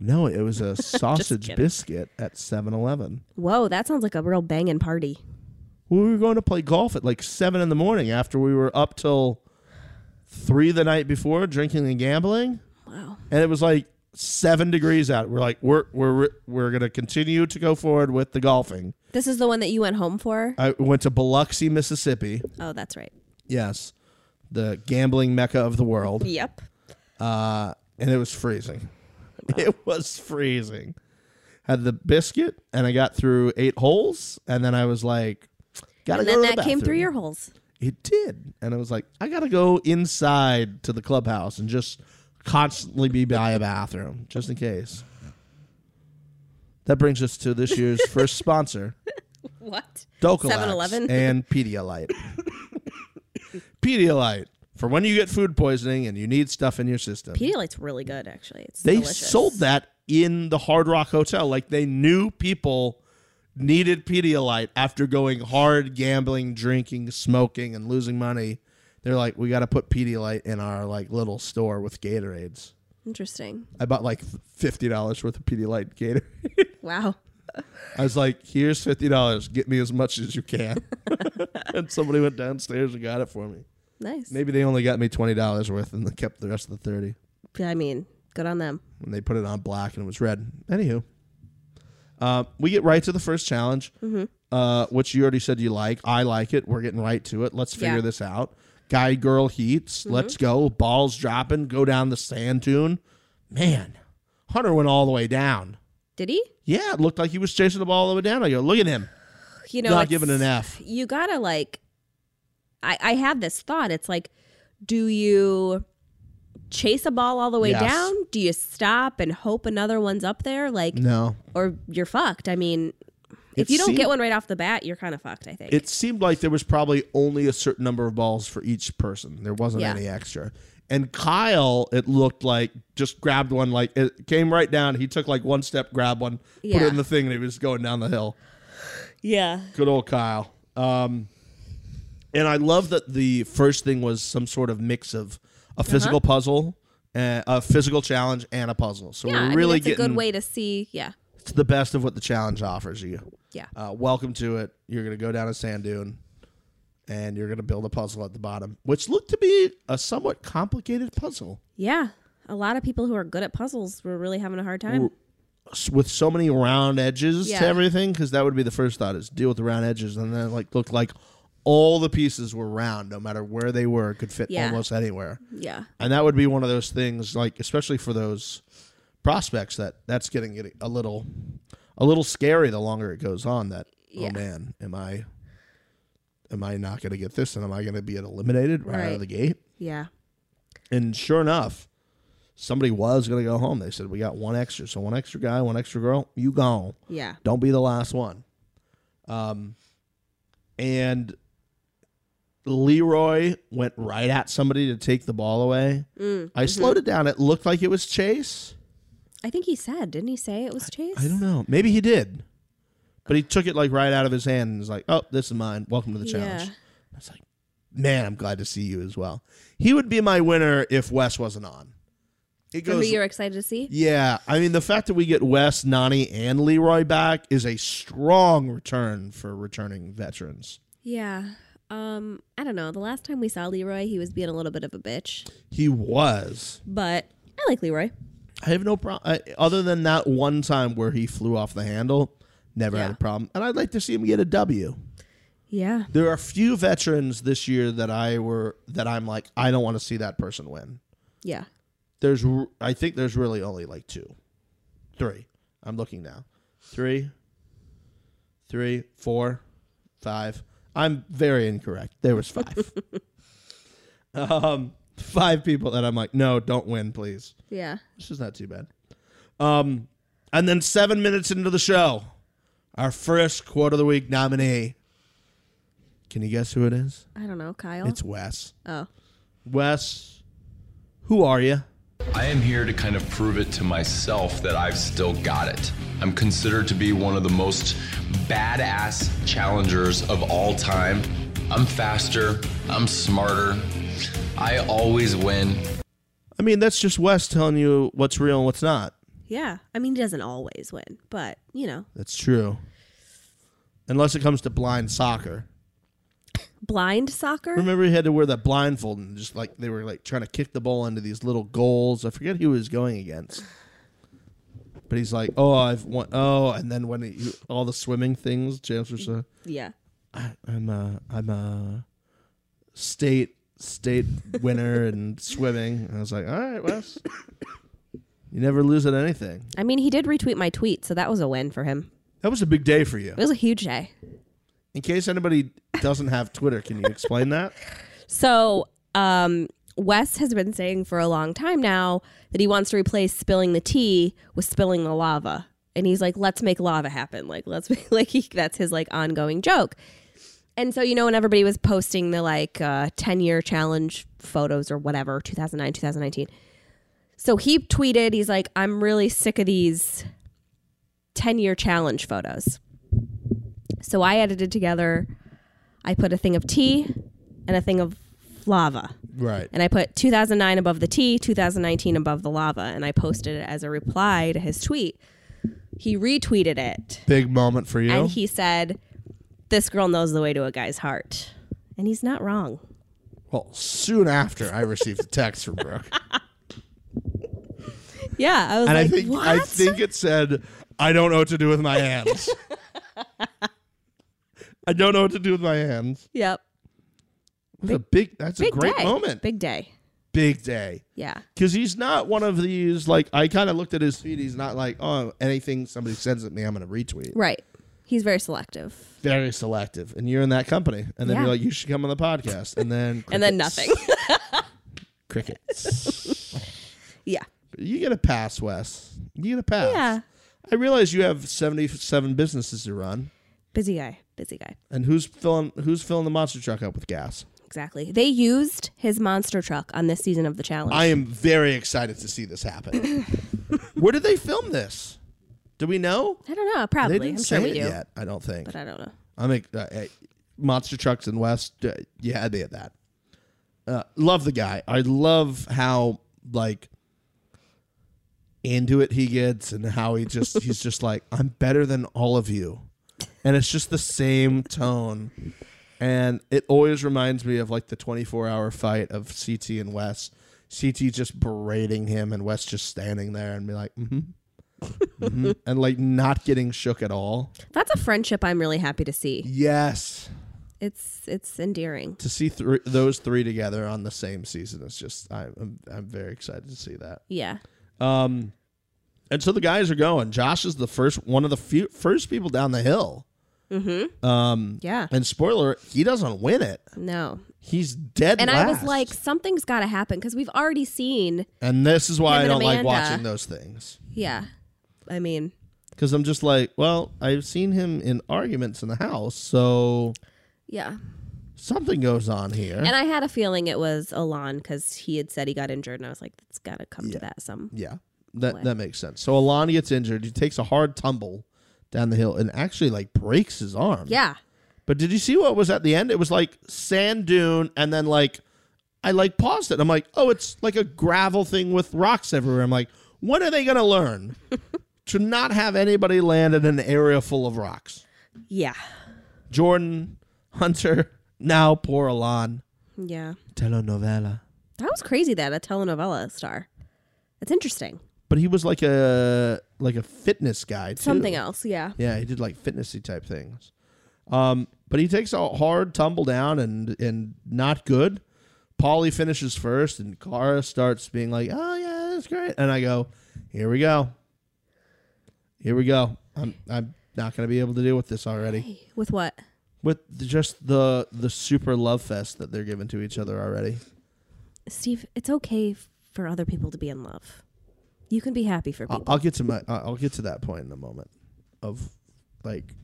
Speaker 2: No, it was a sausage
Speaker 3: kidding.
Speaker 2: biscuit at 7 Eleven.
Speaker 3: whoa that sounds like a real banging party
Speaker 2: we were going to play golf at like seven in the morning after we were up till three the night before drinking and gambling,
Speaker 3: wow
Speaker 2: and it was like seven degrees out. We're like, we're we're we're gonna continue to go forward with the golfing.
Speaker 3: This is the one that you went home for?
Speaker 2: I went to Biloxi, Mississippi.
Speaker 3: Oh, that's right.
Speaker 2: Yes, the gambling mecca of the world,
Speaker 3: Yep.
Speaker 2: uh, and it was freezing. It was freezing. Had the biscuit, and I got through eight holes, and then I was like, "Gotta
Speaker 3: And
Speaker 2: go."
Speaker 3: then
Speaker 2: to the
Speaker 3: that came
Speaker 2: bathroom.
Speaker 3: through your holes.
Speaker 2: It did. And I was like, I got to go inside to the clubhouse and just constantly be by a bathroom just in case. That brings us to this year's first sponsor,
Speaker 3: What?
Speaker 2: Dokalax
Speaker 3: 7-Eleven?
Speaker 2: and Pedialyte. Pedialyte for when you get food poisoning and you need stuff in your system.
Speaker 3: Pedialyte's really good, actually. It's
Speaker 2: they
Speaker 3: delicious.
Speaker 2: sold that in the Hard Rock Hotel like they knew people needed Pedialyte after going hard gambling, drinking, smoking, and losing money. They're like, we got to put Pedialyte in our like little store with Gatorades.
Speaker 3: Interesting.
Speaker 2: I bought like fifty dollars worth of Pedialyte Gatorade.
Speaker 3: Wow.
Speaker 2: I was like, here's fifty dollars. Get me as much as you can. and somebody went downstairs and got it for me.
Speaker 3: Nice.
Speaker 2: Maybe they only got me twenty dollars worth, and they kept the rest of the thirty.
Speaker 3: I mean, good on them.
Speaker 2: And they put it on black, and it was red. Anywho, uh, we get right to the first challenge, uh, which you already said you like. I like it. We're getting right to it. Let's figure
Speaker 3: Yeah.
Speaker 2: this out. Guy girl heats. Let's go. Balls dropping. Go down the sand dune. Man, Hunter went all the way down.
Speaker 3: Did he?
Speaker 2: Yeah, it looked like he was chasing the ball all the way down. I go, look at him.
Speaker 3: You know,
Speaker 2: Not
Speaker 3: it's-
Speaker 2: giving an F.
Speaker 3: you gotta like I, I had this thought. It's like, do you chase a ball all the way
Speaker 2: Yes.
Speaker 3: down? Do you stop and hope another one's up there? Like
Speaker 2: No,
Speaker 3: or you're fucked. I mean if
Speaker 2: It
Speaker 3: you don't
Speaker 2: seemed-
Speaker 3: get one right off the bat, you're kind of fucked, I think.
Speaker 2: it seemed like there was probably only a certain number of balls for each person. There wasn't
Speaker 3: Yeah.
Speaker 2: any extra. And Kyle, it looked like just grabbed one, like it came right down. He took like one step, grabbed one, put
Speaker 3: Yeah.
Speaker 2: it in the thing, and he was going down the hill.
Speaker 3: yeah.
Speaker 2: Good old Kyle. Um, and I love that the first thing was some sort of mix of
Speaker 3: Uh-huh.
Speaker 2: a physical puzzle, uh, a physical challenge, and a puzzle. So
Speaker 3: Yeah, I
Speaker 2: we're
Speaker 3: mean,
Speaker 2: really
Speaker 3: it's
Speaker 2: getting
Speaker 3: a good way to see. Yeah.
Speaker 2: to the best of what the challenge offers you.
Speaker 3: Yeah.
Speaker 2: Uh, welcome to it. You're going to go down a sand dune and you're going to build a puzzle at the bottom, which looked to be a somewhat complicated puzzle
Speaker 3: yeah. A lot of people who are good at puzzles were really having a hard time.
Speaker 2: S- with so many round edges
Speaker 3: Yeah.
Speaker 2: to everything. Because that would be the first thought is deal with the round edges. And then it like, looked like all the pieces were round, no matter where they were, it could fit
Speaker 3: Yeah.
Speaker 2: almost anywhere.
Speaker 3: Yeah.
Speaker 2: And that would be one of those things, like especially for those prospects, that that's getting getting a little, a little scary the longer it goes on. That
Speaker 3: Yeah.
Speaker 2: oh man, am I, am I not going to get this, and am I going to be eliminated right, out
Speaker 3: Right.
Speaker 2: of the gate?
Speaker 3: Yeah.
Speaker 2: And sure enough, somebody was going to go home. They said we got one extra, so one extra guy, one extra girl, you gone.
Speaker 3: Yeah.
Speaker 2: Don't be the last one. Um, and Leroy went right at somebody to take the ball away. I slowed it down. It looked like it was Chase.
Speaker 3: I think he said, didn't he say it was Chase?
Speaker 2: I don't know. Maybe he did, but he took it like right out of his hand and was like, "Oh, this is mine. Welcome to the challenge."
Speaker 3: Yeah.
Speaker 2: I was like, "Man, I'm glad to see you as well." He would be my winner if Wes wasn't on. It
Speaker 3: Remember
Speaker 2: goes
Speaker 3: you were excited to see?
Speaker 2: yeah, I mean the fact that we get Wes, Nani, and Leroy back is a strong return for returning veterans.
Speaker 3: Yeah. Um, I don't know. The last time we saw Leroy, he was being a little bit of a bitch,
Speaker 2: He was.
Speaker 3: but I like Leroy.
Speaker 2: I have no problem. Other than that one time where he flew off the handle, never had
Speaker 3: Yeah.
Speaker 2: a problem. And I'd like to see him get a W.
Speaker 3: Yeah.
Speaker 2: There are few veterans this year that I were that I'm like I don't want to see that person win.
Speaker 3: Yeah.
Speaker 2: There's r- I think there's really only like two, three. I'm looking now, three, three, four, five. I'm very incorrect. There was five. um, five people that I'm like, no, don't win, please.
Speaker 3: Yeah.
Speaker 2: This is not too bad. Um, and then seven minutes into the show, our first quote of the week nominee. Can you guess who it is?
Speaker 3: I don't know, Kyle.
Speaker 2: It's Wes.
Speaker 3: oh.
Speaker 2: Wes, who are you?
Speaker 5: I am here to kind of prove it to myself that I've still got it. I'm considered to be one of the most badass challengers of all time. I'm faster, I'm smarter, I always win.
Speaker 2: I mean, that's just Wes telling you what's real and what's not.
Speaker 3: Yeah. I mean, he doesn't always win, but you know,
Speaker 2: That's true. Unless it comes to blind soccer.
Speaker 3: blind soccer.
Speaker 2: Remember, he had to wear that blindfold and just like they were like trying to kick the ball into these little goals. I forget who he was going against. But he's like, oh, I've won. Oh, and then when he, all the swimming things, James was uh,
Speaker 3: yeah.
Speaker 2: I, I'm a I'm a state state winner in swimming. And I was like, all right, Wes, you never lose at anything.
Speaker 3: I mean, he did retweet my tweet, so that was a win for him.
Speaker 2: That was a big day for you.
Speaker 3: It was a huge day.
Speaker 2: In case anybody doesn't have Twitter, can you explain that?
Speaker 3: So, um, Wes has been saying for a long time now that he wants to replace spilling the tea with spilling the lava. And he's like, let's make lava happen. Like, let's make, like, he, that's his like ongoing joke. And so, you know, when everybody was posting the like uh, 10 year challenge photos or whatever, 2009, 2019. So he tweeted, he's like, I'm really sick of these 10 year challenge photos. So I edited together. I put a thing of tea and a thing of lava.
Speaker 2: Right.
Speaker 3: And I put 2009 above the tea, 2019 above the lava. And I posted it as a reply to his tweet. He retweeted it
Speaker 2: Big moment for you.
Speaker 3: and he said, This girl knows the way to a guy's heart. And he's not wrong.
Speaker 2: well, soon after I received a text from Brooke.
Speaker 3: Yeah. I was
Speaker 2: And
Speaker 3: like,
Speaker 2: I think
Speaker 3: What?
Speaker 2: I think it said, "I don't know what to do with my hands. I don't know what to do with my hands."
Speaker 3: yep.
Speaker 2: It was a big. That's
Speaker 3: Big
Speaker 2: a great
Speaker 3: day.
Speaker 2: moment.
Speaker 3: Big day.
Speaker 2: big day.
Speaker 3: Yeah.
Speaker 2: Because he's not one of these like I kind of looked at his feed. He's not like oh anything somebody sends at me, I'm gonna retweet.
Speaker 3: Right. He's very selective.
Speaker 2: Very selective. And you're in that company, and then
Speaker 3: Yeah.
Speaker 2: you're like you should come on the podcast, and then
Speaker 3: And then
Speaker 2: crickets.
Speaker 3: nothing.
Speaker 2: crickets.
Speaker 3: yeah.
Speaker 2: you get a pass, Wes. You get a pass.
Speaker 3: Yeah.
Speaker 2: I realize you have 77 businesses to run,
Speaker 3: Busy guy. Busy guy.
Speaker 2: and who's filling who's filling the monster truck up with gas?
Speaker 3: Exactly. They used his monster truck on this season of the challenge.
Speaker 2: I am very excited to see this happen. Where did they film this? Do we know?
Speaker 3: I don't know. Probably.
Speaker 2: They didn't
Speaker 3: I'm
Speaker 2: say
Speaker 3: sure we
Speaker 2: it
Speaker 3: do.
Speaker 2: yet. I don't think.
Speaker 3: But I don't know.
Speaker 2: I make uh, uh, monster trucks in West. Uh, you had me at that. Uh, love the guy. I love how like into it he gets, and how he just he's just like I'm better than all of you, and it's just the same tone, and it always reminds me of like the 24 hour fight of CT and Wes. CT just berating him, and Wes just standing there and be like, mm-hmm. hmm and like not getting shook at all.
Speaker 3: That's a friendship I'm really happy to see.
Speaker 2: Yes.
Speaker 3: It's it's endearing.
Speaker 2: to see thr those three together on the same season is just I'm, I'm I'm very excited to see that.
Speaker 3: Yeah.
Speaker 2: And so the guys are going. Josh is the first one of the few, first people down the hill.
Speaker 3: Yeah.
Speaker 2: And spoiler, he doesn't win it.
Speaker 3: No.
Speaker 2: He's dead.
Speaker 3: And I was
Speaker 2: last.
Speaker 3: like, something's got to happen because we've already seen.
Speaker 2: and this is why I
Speaker 3: him and
Speaker 2: don't like
Speaker 3: Amanda.
Speaker 2: watching those things
Speaker 3: Yeah. I mean,
Speaker 2: because I'm just like, well, I've seen him in arguments in the house, so
Speaker 3: yeah.
Speaker 2: something goes on here.
Speaker 3: And I had a feeling it was Alon because he had said he got injured, and I was like, it's got to come to that some.
Speaker 2: Yeah, that that makes sense. So Alon gets injured. He takes a hard tumble down the hill and actually like breaks his arm.
Speaker 3: Yeah.
Speaker 2: But did you see what was at the end? It was like sand dune, and then like I like paused it. I'm like, oh, it's like a gravel thing with rocks everywhere. I'm like, when are they gonna learn to not have anybody land in an area full of rocks?
Speaker 3: Yeah.
Speaker 2: Jordan, Hunter, now poor Alon.
Speaker 3: Yeah.
Speaker 2: Telenovela.
Speaker 3: That was crazy that a telenovela star. That's interesting.
Speaker 2: But he was like a like a fitness guy too.
Speaker 3: Something else. Yeah.
Speaker 2: Yeah, he did like fitnessy type things. Um, but he takes a hard tumble down and and not good. Polly finishes first, and Cara starts being like, "Oh yeah, that's great." And I go, "Here we go. Here we go. I'm I'm not gonna be able to deal with this already.
Speaker 3: Hey, with what?
Speaker 2: With the- just the the super love fest that they're giving to each other already.
Speaker 3: Steve, it's okay f- for other people to be in love. You can be happy for
Speaker 2: I'll,
Speaker 3: people.
Speaker 2: I'll get to my I'll get to that point in a moment. Of like,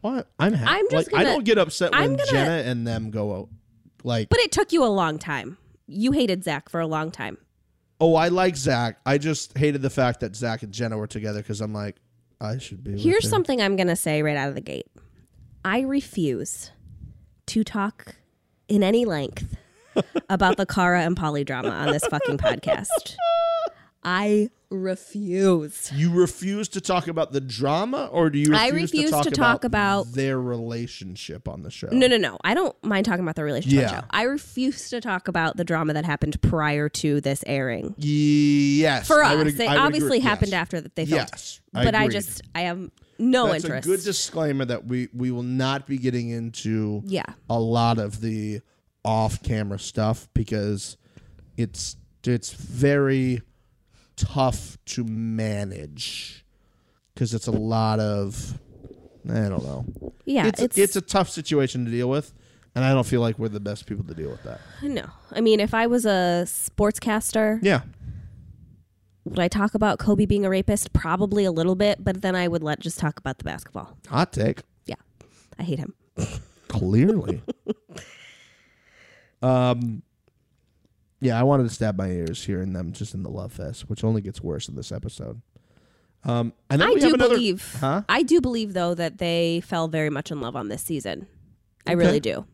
Speaker 2: what I'm happy.
Speaker 3: I'm just
Speaker 2: like, I
Speaker 3: gonna-
Speaker 2: don't get upset
Speaker 3: I'm
Speaker 2: when
Speaker 3: gonna-
Speaker 2: Jenna and them go out. Like,
Speaker 3: but it took you a long time. You hated Zach for a long time.
Speaker 2: oh, I like Zach. I just hated the fact that Zach and Jenna were together because I'm like, I should be. with
Speaker 3: Here's
Speaker 2: him.
Speaker 3: something I'm going to say right out of the gate I refuse to talk in any length about the Kara and Polly drama on this fucking podcast. I refuse.
Speaker 2: You refuse to talk about the drama, or do you? Refuse
Speaker 3: I refuse
Speaker 2: to talk,
Speaker 3: to talk about-
Speaker 2: their relationship on the show.
Speaker 3: No, no, no. I don't mind talking about the relationship
Speaker 2: Yeah.
Speaker 3: show. I refuse to talk about the drama that happened prior to this airing.
Speaker 2: Yes,
Speaker 3: For
Speaker 2: I
Speaker 3: us,
Speaker 2: would ag-
Speaker 3: it
Speaker 2: I would
Speaker 3: obviously
Speaker 2: agree.
Speaker 3: happened
Speaker 2: Yes.
Speaker 3: after that they filmed.
Speaker 2: Yes, I
Speaker 3: but I
Speaker 2: agreed.
Speaker 3: just I have no
Speaker 2: That's
Speaker 3: interest.
Speaker 2: a good disclaimer that we we will not be getting into.
Speaker 3: Yeah.
Speaker 2: a lot of the off-camera stuff because it's it's very tough to manage because it's a lot of I don't know.
Speaker 3: yeah,
Speaker 2: it's it's, a tough situation to deal with, and I don't feel like we're the best people to deal with that.
Speaker 3: No, I mean, if I was a sportscaster,
Speaker 2: Yeah,
Speaker 3: would I talk about Kobe being a rapist? Probably a little bit, but then I would let just talk about the basketball.
Speaker 2: hot take.
Speaker 3: Yeah, I hate him.
Speaker 2: Clearly. um yeah, I wanted to stab my ears hearing them just in the love fest, which only gets worse in this episode. Um, and then
Speaker 3: I
Speaker 2: we have
Speaker 3: do
Speaker 2: another,
Speaker 3: believe.
Speaker 2: Huh?
Speaker 3: I do believe though that they fell very much in love on this season. I really do.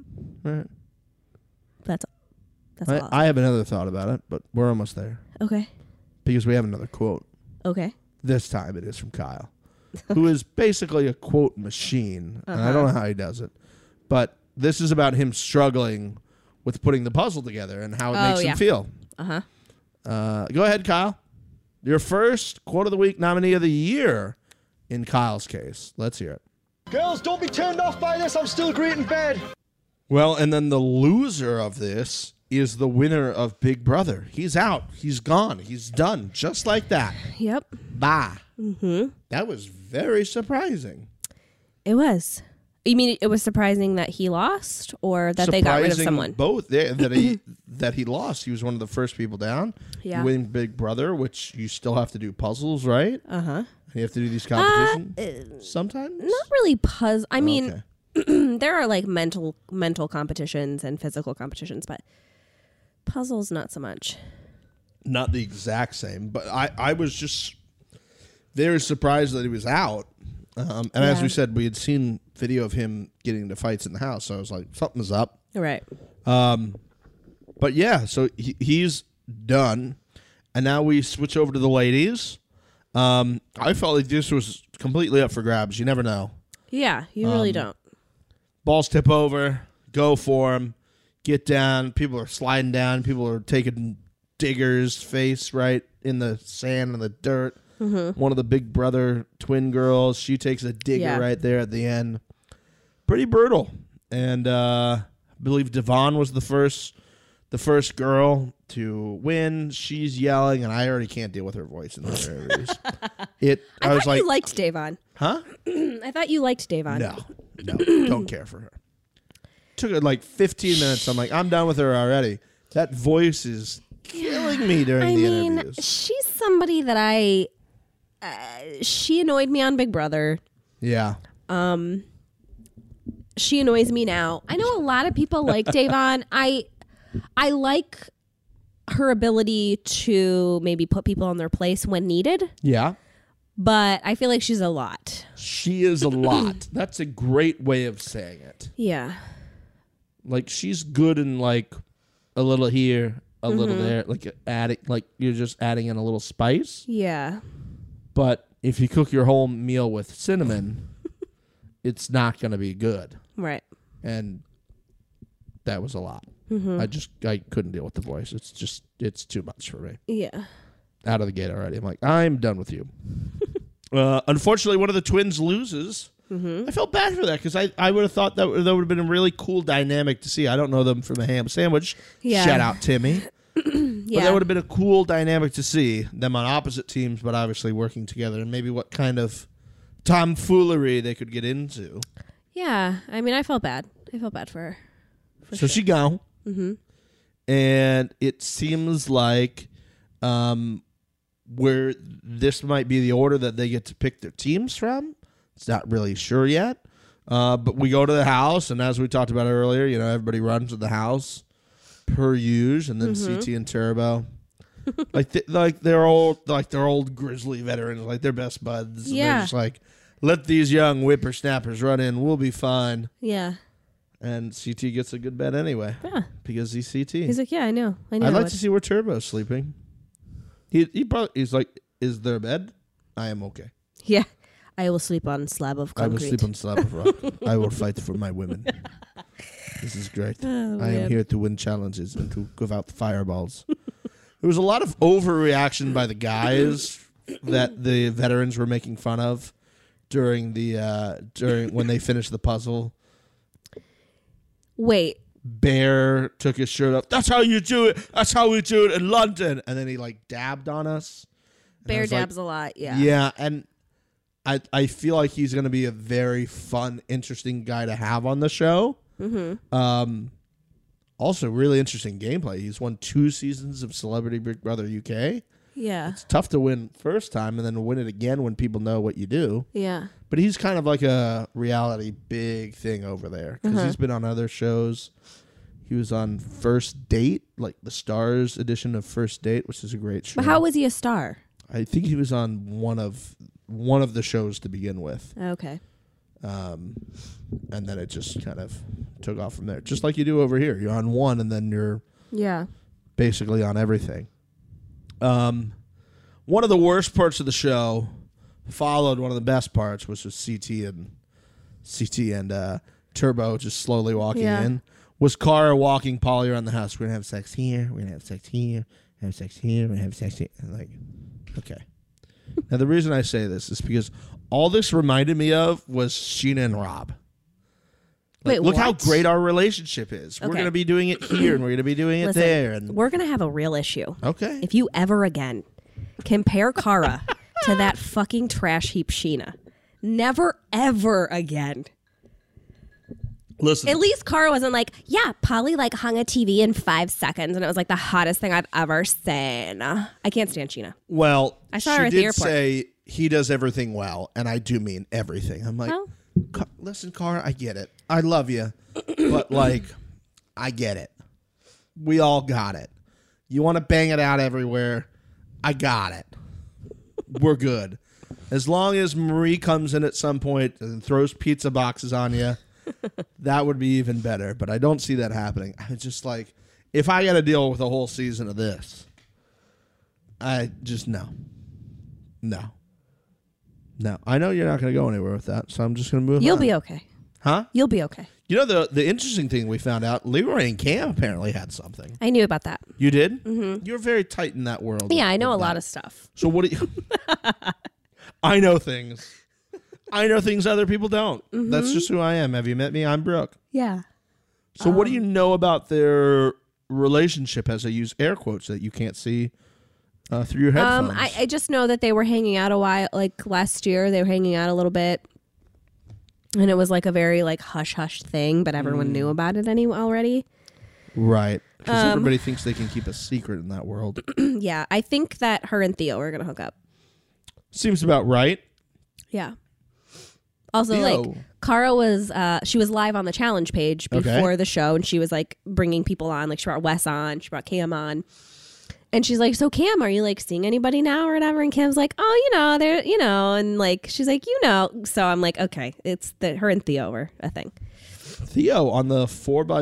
Speaker 2: All right.
Speaker 3: That's that's all.
Speaker 2: I, I have another thought about it, but we're almost there
Speaker 3: okay.
Speaker 2: because we have another quote.
Speaker 3: Okay.
Speaker 2: This time it is from Kyle, who is basically a quote machine. And I don't
Speaker 3: Uh-huh.
Speaker 2: know how he does it, but this is about him struggling with putting the puzzle together and how it
Speaker 3: Oh,
Speaker 2: makes
Speaker 3: yeah.
Speaker 2: him feel.
Speaker 3: Uh-huh.
Speaker 2: Uh, go ahead, Kyle. Your first quote of the week nominee of the year in Kyle's case. Let's hear it.
Speaker 6: Girls, don't be turned off by this. I'm still great in bed.
Speaker 2: Well, and then the loser of this is the winner of Big Brother. He's out. He's gone. He's done. Just like that.
Speaker 3: Yep.
Speaker 2: Bye. Mm-hmm. That was very surprising.
Speaker 3: It was. You mean it was surprising that he lost or that they got rid of
Speaker 2: Surprising
Speaker 3: someone?
Speaker 2: Both They- that he that he lost. He was one of the first people down.
Speaker 3: Yeah.
Speaker 2: You win Big Brother, which you still have to do puzzles, right? Uh huh. You have to do these competitions sometimes.
Speaker 3: Uh-huh. Uh, Not really puzzle. I mean,
Speaker 2: Okay.
Speaker 3: there are like mental mental competitions and physical competitions, but puzzles not so much.
Speaker 2: not the exact same, but I, I was just very surprised that he was out. Um, and as
Speaker 3: Yeah.
Speaker 2: we said, we had seen video of him getting into fights in the house, so I was like, something's up.
Speaker 3: All right.
Speaker 2: But yeah, so he, he's done, and now we switch over to the ladies. Um, I felt like this was completely up for grabs. You never know.
Speaker 3: Yeah, you
Speaker 2: Um,
Speaker 3: really don't.
Speaker 2: Balls tip over, go for him, get down. People are sliding down. People are taking diggers face right in the sand and the dirt. One of the big brother twin girls, she takes a digger
Speaker 3: Mm-hmm. Yeah.
Speaker 2: right there at the end. Pretty brutal. And uh, I believe Devon was the first, the first girl to win. She's yelling, and I already can't deal with her voice in those interviews. it. I,
Speaker 3: I,
Speaker 2: was
Speaker 3: thought
Speaker 2: like,
Speaker 3: you liked Davon.
Speaker 2: huh?
Speaker 3: I thought you liked Davon.
Speaker 2: No, no, don't care for her. Took it like 15 minutes. I'm like, I'm done with her already. That voice is killing me during
Speaker 3: I
Speaker 2: the
Speaker 3: mean,
Speaker 2: interviews.
Speaker 3: she's somebody that I. Uh, she annoyed me on Big Brother.
Speaker 2: Yeah,
Speaker 3: She annoys me now. I know a lot of people like Davon. I, I like her ability to maybe put people on their place when needed,
Speaker 2: yeah.
Speaker 3: but I feel like she's a lot.
Speaker 2: She is a lot. That's a great way of saying it.
Speaker 3: Yeah.
Speaker 2: Like she's good in like a little here, a little
Speaker 3: Mm-hmm.
Speaker 2: there. Like adding, like you're just adding in a little spice.
Speaker 3: Yeah.
Speaker 2: But if you cook your whole meal with cinnamon, it's not gonna be good.
Speaker 3: Right.
Speaker 2: and that was a lot.
Speaker 3: Mm-hmm.
Speaker 2: I just I couldn't deal with the voice. It's just it's too much for me.
Speaker 3: Yeah.
Speaker 2: Out of the gate already. I'm like I'm done with you. uh, unfortunately, one of the twins loses.
Speaker 3: Mm-hmm.
Speaker 2: I felt bad for that because I, I would have thought that would- that would have been a really cool dynamic to see. I don't know them from a ham sandwich.
Speaker 3: Yeah.
Speaker 2: Shout out Timmy. But
Speaker 3: Yeah.
Speaker 2: that would have been a cool dynamic to see them on opposite teams, but obviously working together, and maybe what kind of tomfoolery they could get into.
Speaker 3: yeah. I mean, I felt bad. I felt bad for Mm-hmm. her.
Speaker 2: so she gone. And it seems like um, where this might be the order that they get to pick their teams from. It's not really sure yet. Uh, but we go to the house, and as we talked about earlier, you know, everybody runs to the house per usual, and then
Speaker 3: Mm-hmm.
Speaker 2: CT and Turbo. like, th- like they're old, like they're old grizzly veterans, like they're best buds. and they're
Speaker 3: Yeah.
Speaker 2: just like, let these young whippersnappers run in. We'll be fine.
Speaker 3: Yeah.
Speaker 2: And CT gets a good bed anyway.
Speaker 3: Yeah.
Speaker 2: Because he's CT.
Speaker 3: He's like, yeah, I know. I know.
Speaker 2: I'd
Speaker 3: I
Speaker 2: like
Speaker 3: would."
Speaker 2: to see where Turbo's sleeping. He he probably he's like, is there a bed? I am okay.
Speaker 3: Yeah. I will sleep on slab of
Speaker 2: I will
Speaker 3: concrete.
Speaker 2: sleep on slab of rock. I will fight for my women. This is great. I am here to win challenges and to give out fireballs. there was a lot of overreaction by the guys that the veterans were making fun of during the uh during when they finished the puzzle.
Speaker 3: Wait.
Speaker 2: Bear took his shirt off. That's how you do it. That's how we do it in London. And then he like dabbed on us.
Speaker 3: Bear
Speaker 2: was like,
Speaker 3: dabs a lot. Yeah.
Speaker 2: and I I feel like he's going to be a very fun, interesting guy to have on the show. Mm-hmm. Um, also really interesting gameplay. He's won two seasons of Celebrity Big Brother UK.
Speaker 3: Yeah.
Speaker 2: It's tough to win first time and then win it again when people know what you do.
Speaker 3: Yeah.
Speaker 2: But he's kind of like a reality big thing over there because he's been on other shows. He was on First Date, like the Stars edition of First Date, which is a great show.
Speaker 3: But how was he a star?
Speaker 2: I think he was on one of one of the shows to begin with, um,
Speaker 3: Okay.
Speaker 2: and then it just kind of took off from there. Just like you do over here, you're on one, and then you're
Speaker 3: Yeah.
Speaker 2: basically on everything. Um, one of the worst parts of the show followed one of the best parts, which was CT and CT and uh, Turbo just slowly walking
Speaker 3: Yeah.
Speaker 2: in. Was Kara walking Polly around the house? We're gonna have sex here. We're gonna have sex here. Have sex here. We're gonna have sex here. And like, okay. now the reason I say this is because all this reminded me of was Sheena and Rob. Like,
Speaker 3: Wait,
Speaker 2: look how
Speaker 3: what?
Speaker 2: great our relationship is. We're
Speaker 3: Okay.
Speaker 2: gonna be doing it here, and we're gonna be doing it
Speaker 3: Listen,
Speaker 2: there, and
Speaker 3: we're gonna have a real issue.
Speaker 2: Okay.
Speaker 3: If you ever again compare Kara to that fucking trash heap Sheena, never ever again.
Speaker 2: listen,
Speaker 3: At least Kara wasn't like, yeah, Polly like hung a TV in five seconds, and it was like the hottest thing I've ever seen. I can't stand Sheena.
Speaker 2: Well,
Speaker 3: I saw
Speaker 2: she
Speaker 3: her at the
Speaker 2: did
Speaker 3: airport.
Speaker 2: say he does everything well, and I do mean everything. I'm like,
Speaker 3: Oh.
Speaker 2: "Ca- listen, Cara, I get it. I love you, but like, I get it. We all got it. You want to bang it out everywhere. I got it. We're good. As long as Marie comes in at some point and throws pizza boxes on you, that would be even better. But I don't see that happening. I'm just like, if I got to deal with a whole season of this, I just no. No. No. I know you're not going to go anywhere with that, so I'm just going to move
Speaker 3: You'll
Speaker 2: on.
Speaker 3: be okay.
Speaker 2: Huh?
Speaker 3: You'll be okay.
Speaker 2: You know the the interesting thing we found out, Leroy and Cam apparently had something.
Speaker 3: I knew about that.
Speaker 2: You did? Mm-hmm. You're very tight in that world.
Speaker 3: Yeah, I know a
Speaker 2: with that.
Speaker 3: lot of stuff.
Speaker 2: So what do you I know things. I know things other people don't.
Speaker 3: Mm-hmm.
Speaker 2: That's just who I am. Have you met me? I'm Brooke.
Speaker 3: Yeah.
Speaker 2: So what
Speaker 3: Oh.
Speaker 2: do you know about their relationship as I use air quotes that you can't see uh, through your headphones?
Speaker 3: Um, I, I just know that they were hanging out a while, like last year, they were hanging out a little bit. And it was like a very like hush hush thing, but everyone knew about it any already.
Speaker 2: Right. Because
Speaker 3: Um,
Speaker 2: everybody thinks they can keep a secret in that world.
Speaker 3: Yeah, I think that her and Theo are gonna hook up.
Speaker 2: Seems about right.
Speaker 3: Yeah. Also, like
Speaker 2: Theo.
Speaker 3: Kara was, uh, she was live on the challenge page
Speaker 2: Okay.
Speaker 3: before the show, and she was like bringing people on. Like she brought Wes on, she brought Cam on, and she's like, "So Cam, are you like seeing anybody now or whatever?" And Cam's like, "Oh, you know, they're you know," and like she's like, "You know," so I'm like, "Okay, it's that her and Theo were a thing."
Speaker 2: Theo on the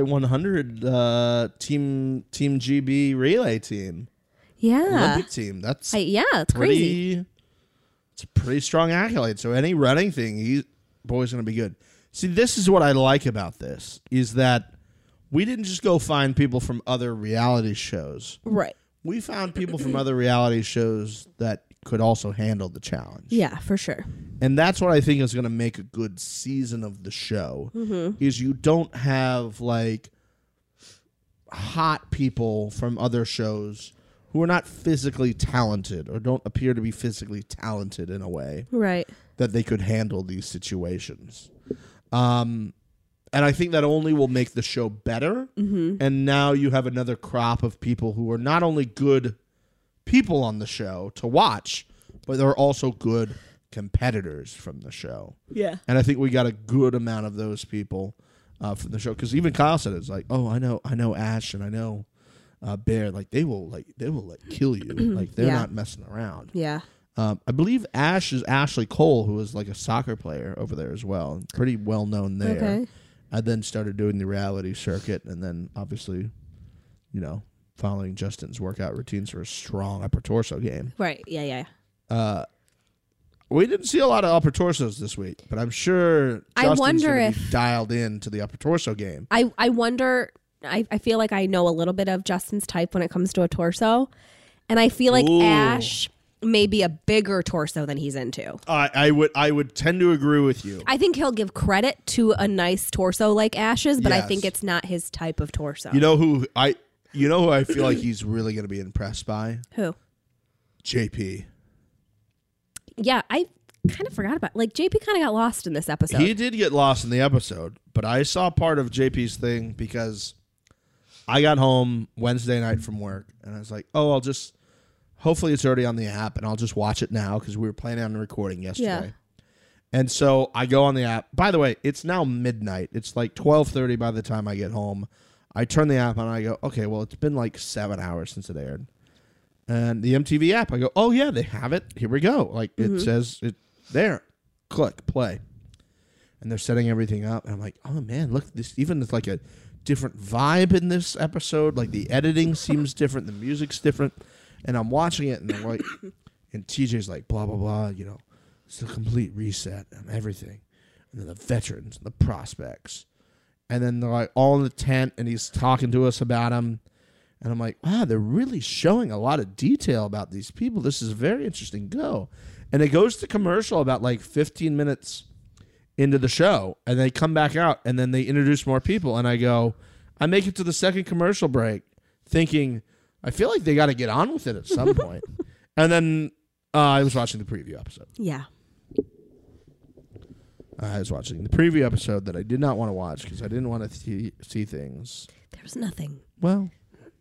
Speaker 2: 4x100 uh, team team GB relay team.
Speaker 3: Yeah,
Speaker 2: Olympic team. That's
Speaker 3: I, yeah, it's crazy.
Speaker 2: pretty It's a pretty strong accolade. So any running thing, he boy's going to be good. See, this is what I like about this is that we didn't just go find people from other reality shows.
Speaker 3: Right?
Speaker 2: We found people from other reality shows that could also handle the challenge.
Speaker 3: Yeah, for sure.
Speaker 2: and that's what I think is going to make a good season of the show. Is you don't have like hot people from other shows who are not physically talented or don't appear to be physically talented in a way
Speaker 3: Right.
Speaker 2: that they could handle these situations. Um, and I think that only will make the show better. And now you have another crop of people who are not only good people on the show to watch, but they're also good competitors from the show.
Speaker 3: Yeah.
Speaker 2: And I think we got a good amount of those people uh, from the show because even Kyle said it's like, oh, I know, I know Ash and I know uh, Bear. Like they will, like they will, like kill you. like they're
Speaker 3: Yeah.
Speaker 2: not messing around.
Speaker 3: Yeah.
Speaker 2: Um, I believe Ash is Ashley Cole, who is like a soccer player over there as well, and pretty well known there.
Speaker 3: Okay.
Speaker 2: I then started doing the reality circuit, and then obviously, you know, following Justin's workout routines for a strong upper torso game.
Speaker 3: Right. Yeah. Yeah.
Speaker 2: We didn't see a lot of upper torsos this week, but I'm sure
Speaker 3: I
Speaker 2: Justin's
Speaker 3: wonder
Speaker 2: gonna be
Speaker 3: if-
Speaker 2: dialed in to the upper torso game.
Speaker 3: I, I wonder I, I feel like I know a little bit of Justin's type when it comes to a torso. And I feel like
Speaker 2: Ooh.
Speaker 3: Ash may be a bigger torso than he's into.
Speaker 2: I, I would I would tend to agree with you.
Speaker 3: I think he'll give credit to a nice torso like Ash's, but I think
Speaker 2: Yes.
Speaker 3: it's not his type of torso.
Speaker 2: You know who I you know who I feel like he's really going to be impressed by
Speaker 3: Who?
Speaker 2: JP.
Speaker 3: Yeah, I kind of forgot about like JP kind of got lost in this episode.
Speaker 2: He did get lost in the episode, but I saw part of JP's thing because I got home Wednesday night from work and I was like, oh, I'll just, hopefully it's already on the app and I'll just watch it now because we were planning on recording yesterday. And so I go on the app. By the way, it's now midnight. It's like 1230 by the time I get home. I turn the app on and I go, okay, well, it's been like seven hours since it aired. And the MTV app, I go, oh, yeah, they have it. Here we go. Like it says, it There, click play, and they're setting everything up. And I'm like, oh man, look this. Even it's like a different vibe in this episode. Like the editing seems different, the music's different, and I'm watching it, and they're like, and TJ's like, blah blah blah. You know, it's a complete reset and everything, and then the veterans, and the prospects, and then they're like all in the tent, and he's talking to us about them. And I'm like, wow, they're really showing a lot of detail about these people. This is a very interesting go. And it goes to commercial about like 15 minutes into the show. And they come back out and then they introduce more people. And I go, I make it to the second commercial break thinking, I feel like they got to get on with it at some point. And then uh, I was watching the preview episode.
Speaker 3: Yeah.
Speaker 2: I was watching the preview episode that I did not want to watch because I didn't want to see, see things.
Speaker 3: There was nothing.
Speaker 2: Well,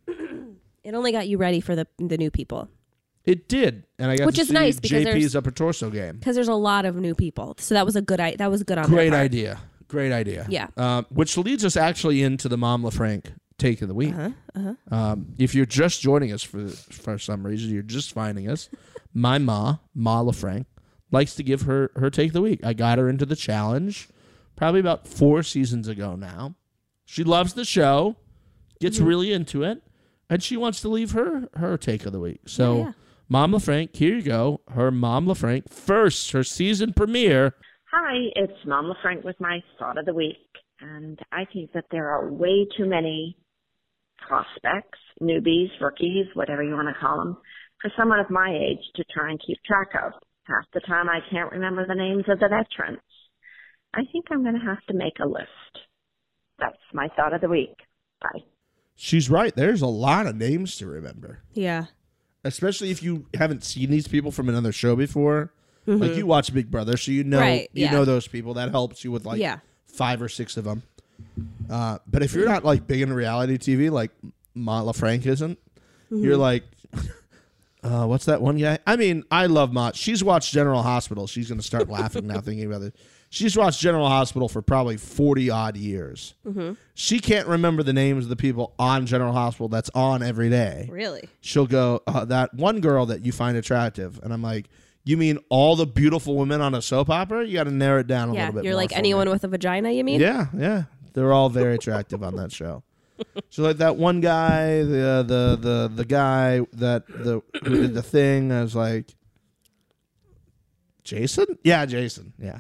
Speaker 3: It only got you ready for the the new people
Speaker 2: it did. And I got
Speaker 3: Which
Speaker 2: to
Speaker 3: is
Speaker 2: see
Speaker 3: nice because
Speaker 2: JP's
Speaker 3: there's-
Speaker 2: upper torso game.
Speaker 3: because there's a lot of new people. So that was a good. I- That was good on. their
Speaker 2: Great
Speaker 3: part.
Speaker 2: idea. Great idea.
Speaker 3: Yeah.
Speaker 2: Um, which leads us actually into the Mom LaFranc take of the week. Uh-huh, Um, if you're just joining us for for some reason, you're just finding us. My ma, Ma LaFranc, likes to give her her take of the week. I got her into the challenge probably about four seasons ago now. She loves the show,
Speaker 3: Mm-hmm.
Speaker 2: gets really into it, and she wants to leave her her take of the week. So,
Speaker 3: Yeah, yeah.
Speaker 2: Mom LaFranc, here you go. Her Mom LaFranc first, her season premiere.
Speaker 7: Hi, it's Mama Frank with my thought of the week. And I think that there are way too many prospects, newbies, rookies, whatever you want to call them, for someone of my age to try and keep track of. Half the time I can't remember the names of the veterans. I think I'm going to have to make a list. That's my thought of the week. Bye.
Speaker 2: She's right. There's a lot of names to remember,
Speaker 3: Yeah.
Speaker 2: especially if you haven't seen these people from another show before. Like you watch Big Brother, so you know
Speaker 3: Mm-hmm. Right,
Speaker 2: you
Speaker 3: yeah.
Speaker 2: know those people. That helps you with like
Speaker 3: Yeah. Mm-hmm.
Speaker 2: five or six of them. Uh, but if you're not like big in reality TV, like Ma LaFranc isn't,
Speaker 3: Mm-hmm.
Speaker 2: you're like, uh, what's that one guy? I mean, I love Ma. She's watched General Hospital. She's gonna start laughing now thinking about it. She's watched General Hospital for probably forty odd years.
Speaker 3: Mm-hmm.
Speaker 2: She can't remember the names of the people on General Hospital that's on every day
Speaker 3: Really.
Speaker 2: she'll go uh, that one girl that you find attractive and i'm like you mean all the beautiful women on a soap opera you got to narrow it down a
Speaker 3: Yeah.
Speaker 2: little bit
Speaker 3: You're
Speaker 2: more
Speaker 3: like
Speaker 2: for me."
Speaker 3: anyone with a vagina. You mean?
Speaker 2: yeah yeah they're all very attractive on that show so like that one guy the uh, the the the guy that the who did the thing i was like jason yeah jason yeah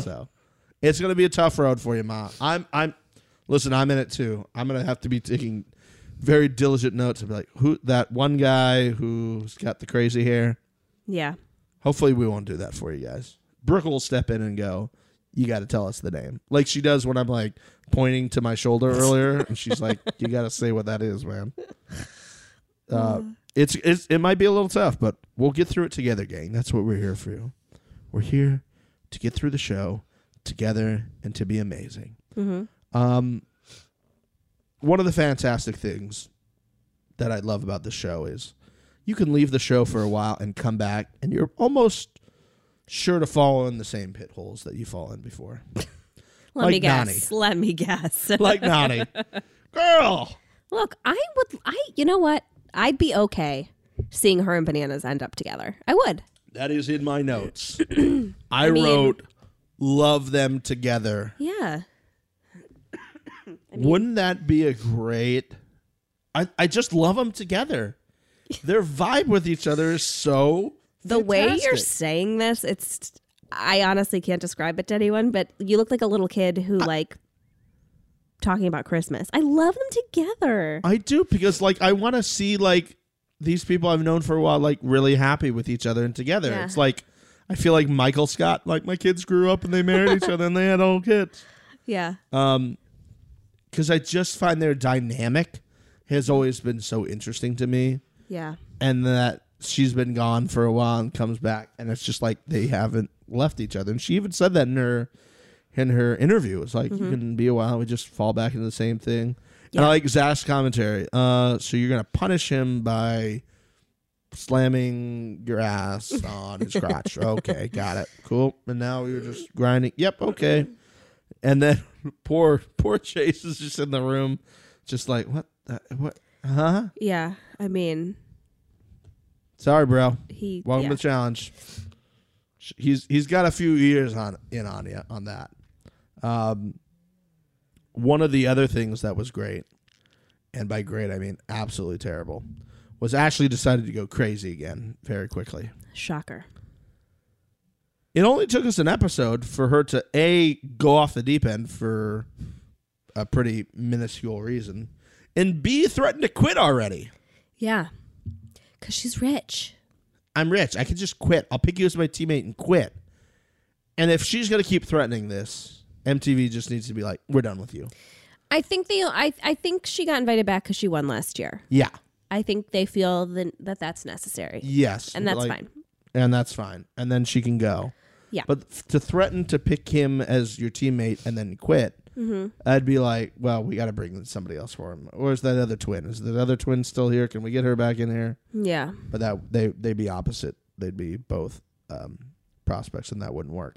Speaker 2: so it's gonna be a tough road for you ma i'm i'm listen i'm in it too i'm gonna have to be taking very diligent notes of like who that one guy who's got the crazy hair
Speaker 3: Yeah.
Speaker 2: Hopefully, we won't do that for you guys. Brooke will step in and go, You got to tell us the name. Like she does when I'm like pointing to my shoulder earlier. And she's like, You got to say what that is, man. Uh, it's, it's It might be a little tough, but we'll get through it together, gang. That's what we're here for. you. We're here to get through the show together and to be amazing. Um, one of the fantastic things that I love about the show is you can leave the show for a while and come back, and you're almost sure to fall in the same pit holes that you fall in before.
Speaker 3: Let
Speaker 2: Like
Speaker 3: me guess. Let me guess.
Speaker 2: Like Nani. Girl!
Speaker 3: Look, I would. I. You know what? I'd be okay seeing her and bananas end up together. I would.
Speaker 2: That is in my notes. I,
Speaker 3: mean-
Speaker 2: wrote, Love them together.
Speaker 3: Yeah.
Speaker 2: Wouldn't that be a great. I, I just love them together. Their vibe with each other is so.
Speaker 3: The way you're
Speaker 2: fantastic.
Speaker 3: saying this, it's. I honestly can't describe it to anyone, but you look like a little kid who like talking about Christmas. I love them together.
Speaker 2: I do because like I want to see like these people I've known for a while like really happy with each other and together.
Speaker 3: Yeah.
Speaker 2: It's like I feel like Michael Scott. Like my kids grew up and they married each other and they had old kids.
Speaker 3: yeah.
Speaker 2: Uh, Because I just find their dynamic has always been so interesting to me,
Speaker 3: yeah.
Speaker 2: and that she's been gone for a while and comes back, and it's just like they haven't left each other. And she even said that in her in her interview. It's like you can be a while, we just fall back into the same thing. And I like Zach's commentary. Uh, so you're gonna punish him by slamming your ass on his crotch. okay, got it. Cool. And now we were just grinding. Yep, okay. And then poor poor Chase is just in the room, just like what the, what huh?
Speaker 3: Yeah. I mean,
Speaker 2: Sorry, bro.
Speaker 3: he.
Speaker 2: Welcome
Speaker 3: yeah.
Speaker 2: to the challenge. Sh- He's he's got a few years on in on ya- on that. Um, one of the other things that was great, and by great I mean absolutely terrible, was Ashley decided to go crazy again very quickly.
Speaker 3: Shocker.
Speaker 2: It only took us an episode for her to a go off the deep end for a pretty minuscule reason, and b threaten to quit already.
Speaker 3: Yeah. Because she's rich.
Speaker 2: I'm rich. I can just quit. I'll pick you as my teammate and quit. And if she's going to keep threatening this, MTV just needs to be like, we're done with you.
Speaker 3: I think they. I, I think she got invited back because she won last year.
Speaker 2: Yeah.
Speaker 3: I think they feel that, that that's necessary.
Speaker 2: Yes.
Speaker 3: And that's
Speaker 2: Like-
Speaker 3: fine.
Speaker 2: And that's fine. And then she can go.
Speaker 3: Yeah.
Speaker 2: But f- to threaten to pick him as your teammate and then quit,
Speaker 3: Mm-hmm.
Speaker 2: I'd be like, well, we got to bring in somebody else for him. Or is that other twin? Is that other twin still here? Can we get her back in here?
Speaker 3: yeah.
Speaker 2: But that they they'd be opposite. They'd be both um, prospects, and that wouldn't work.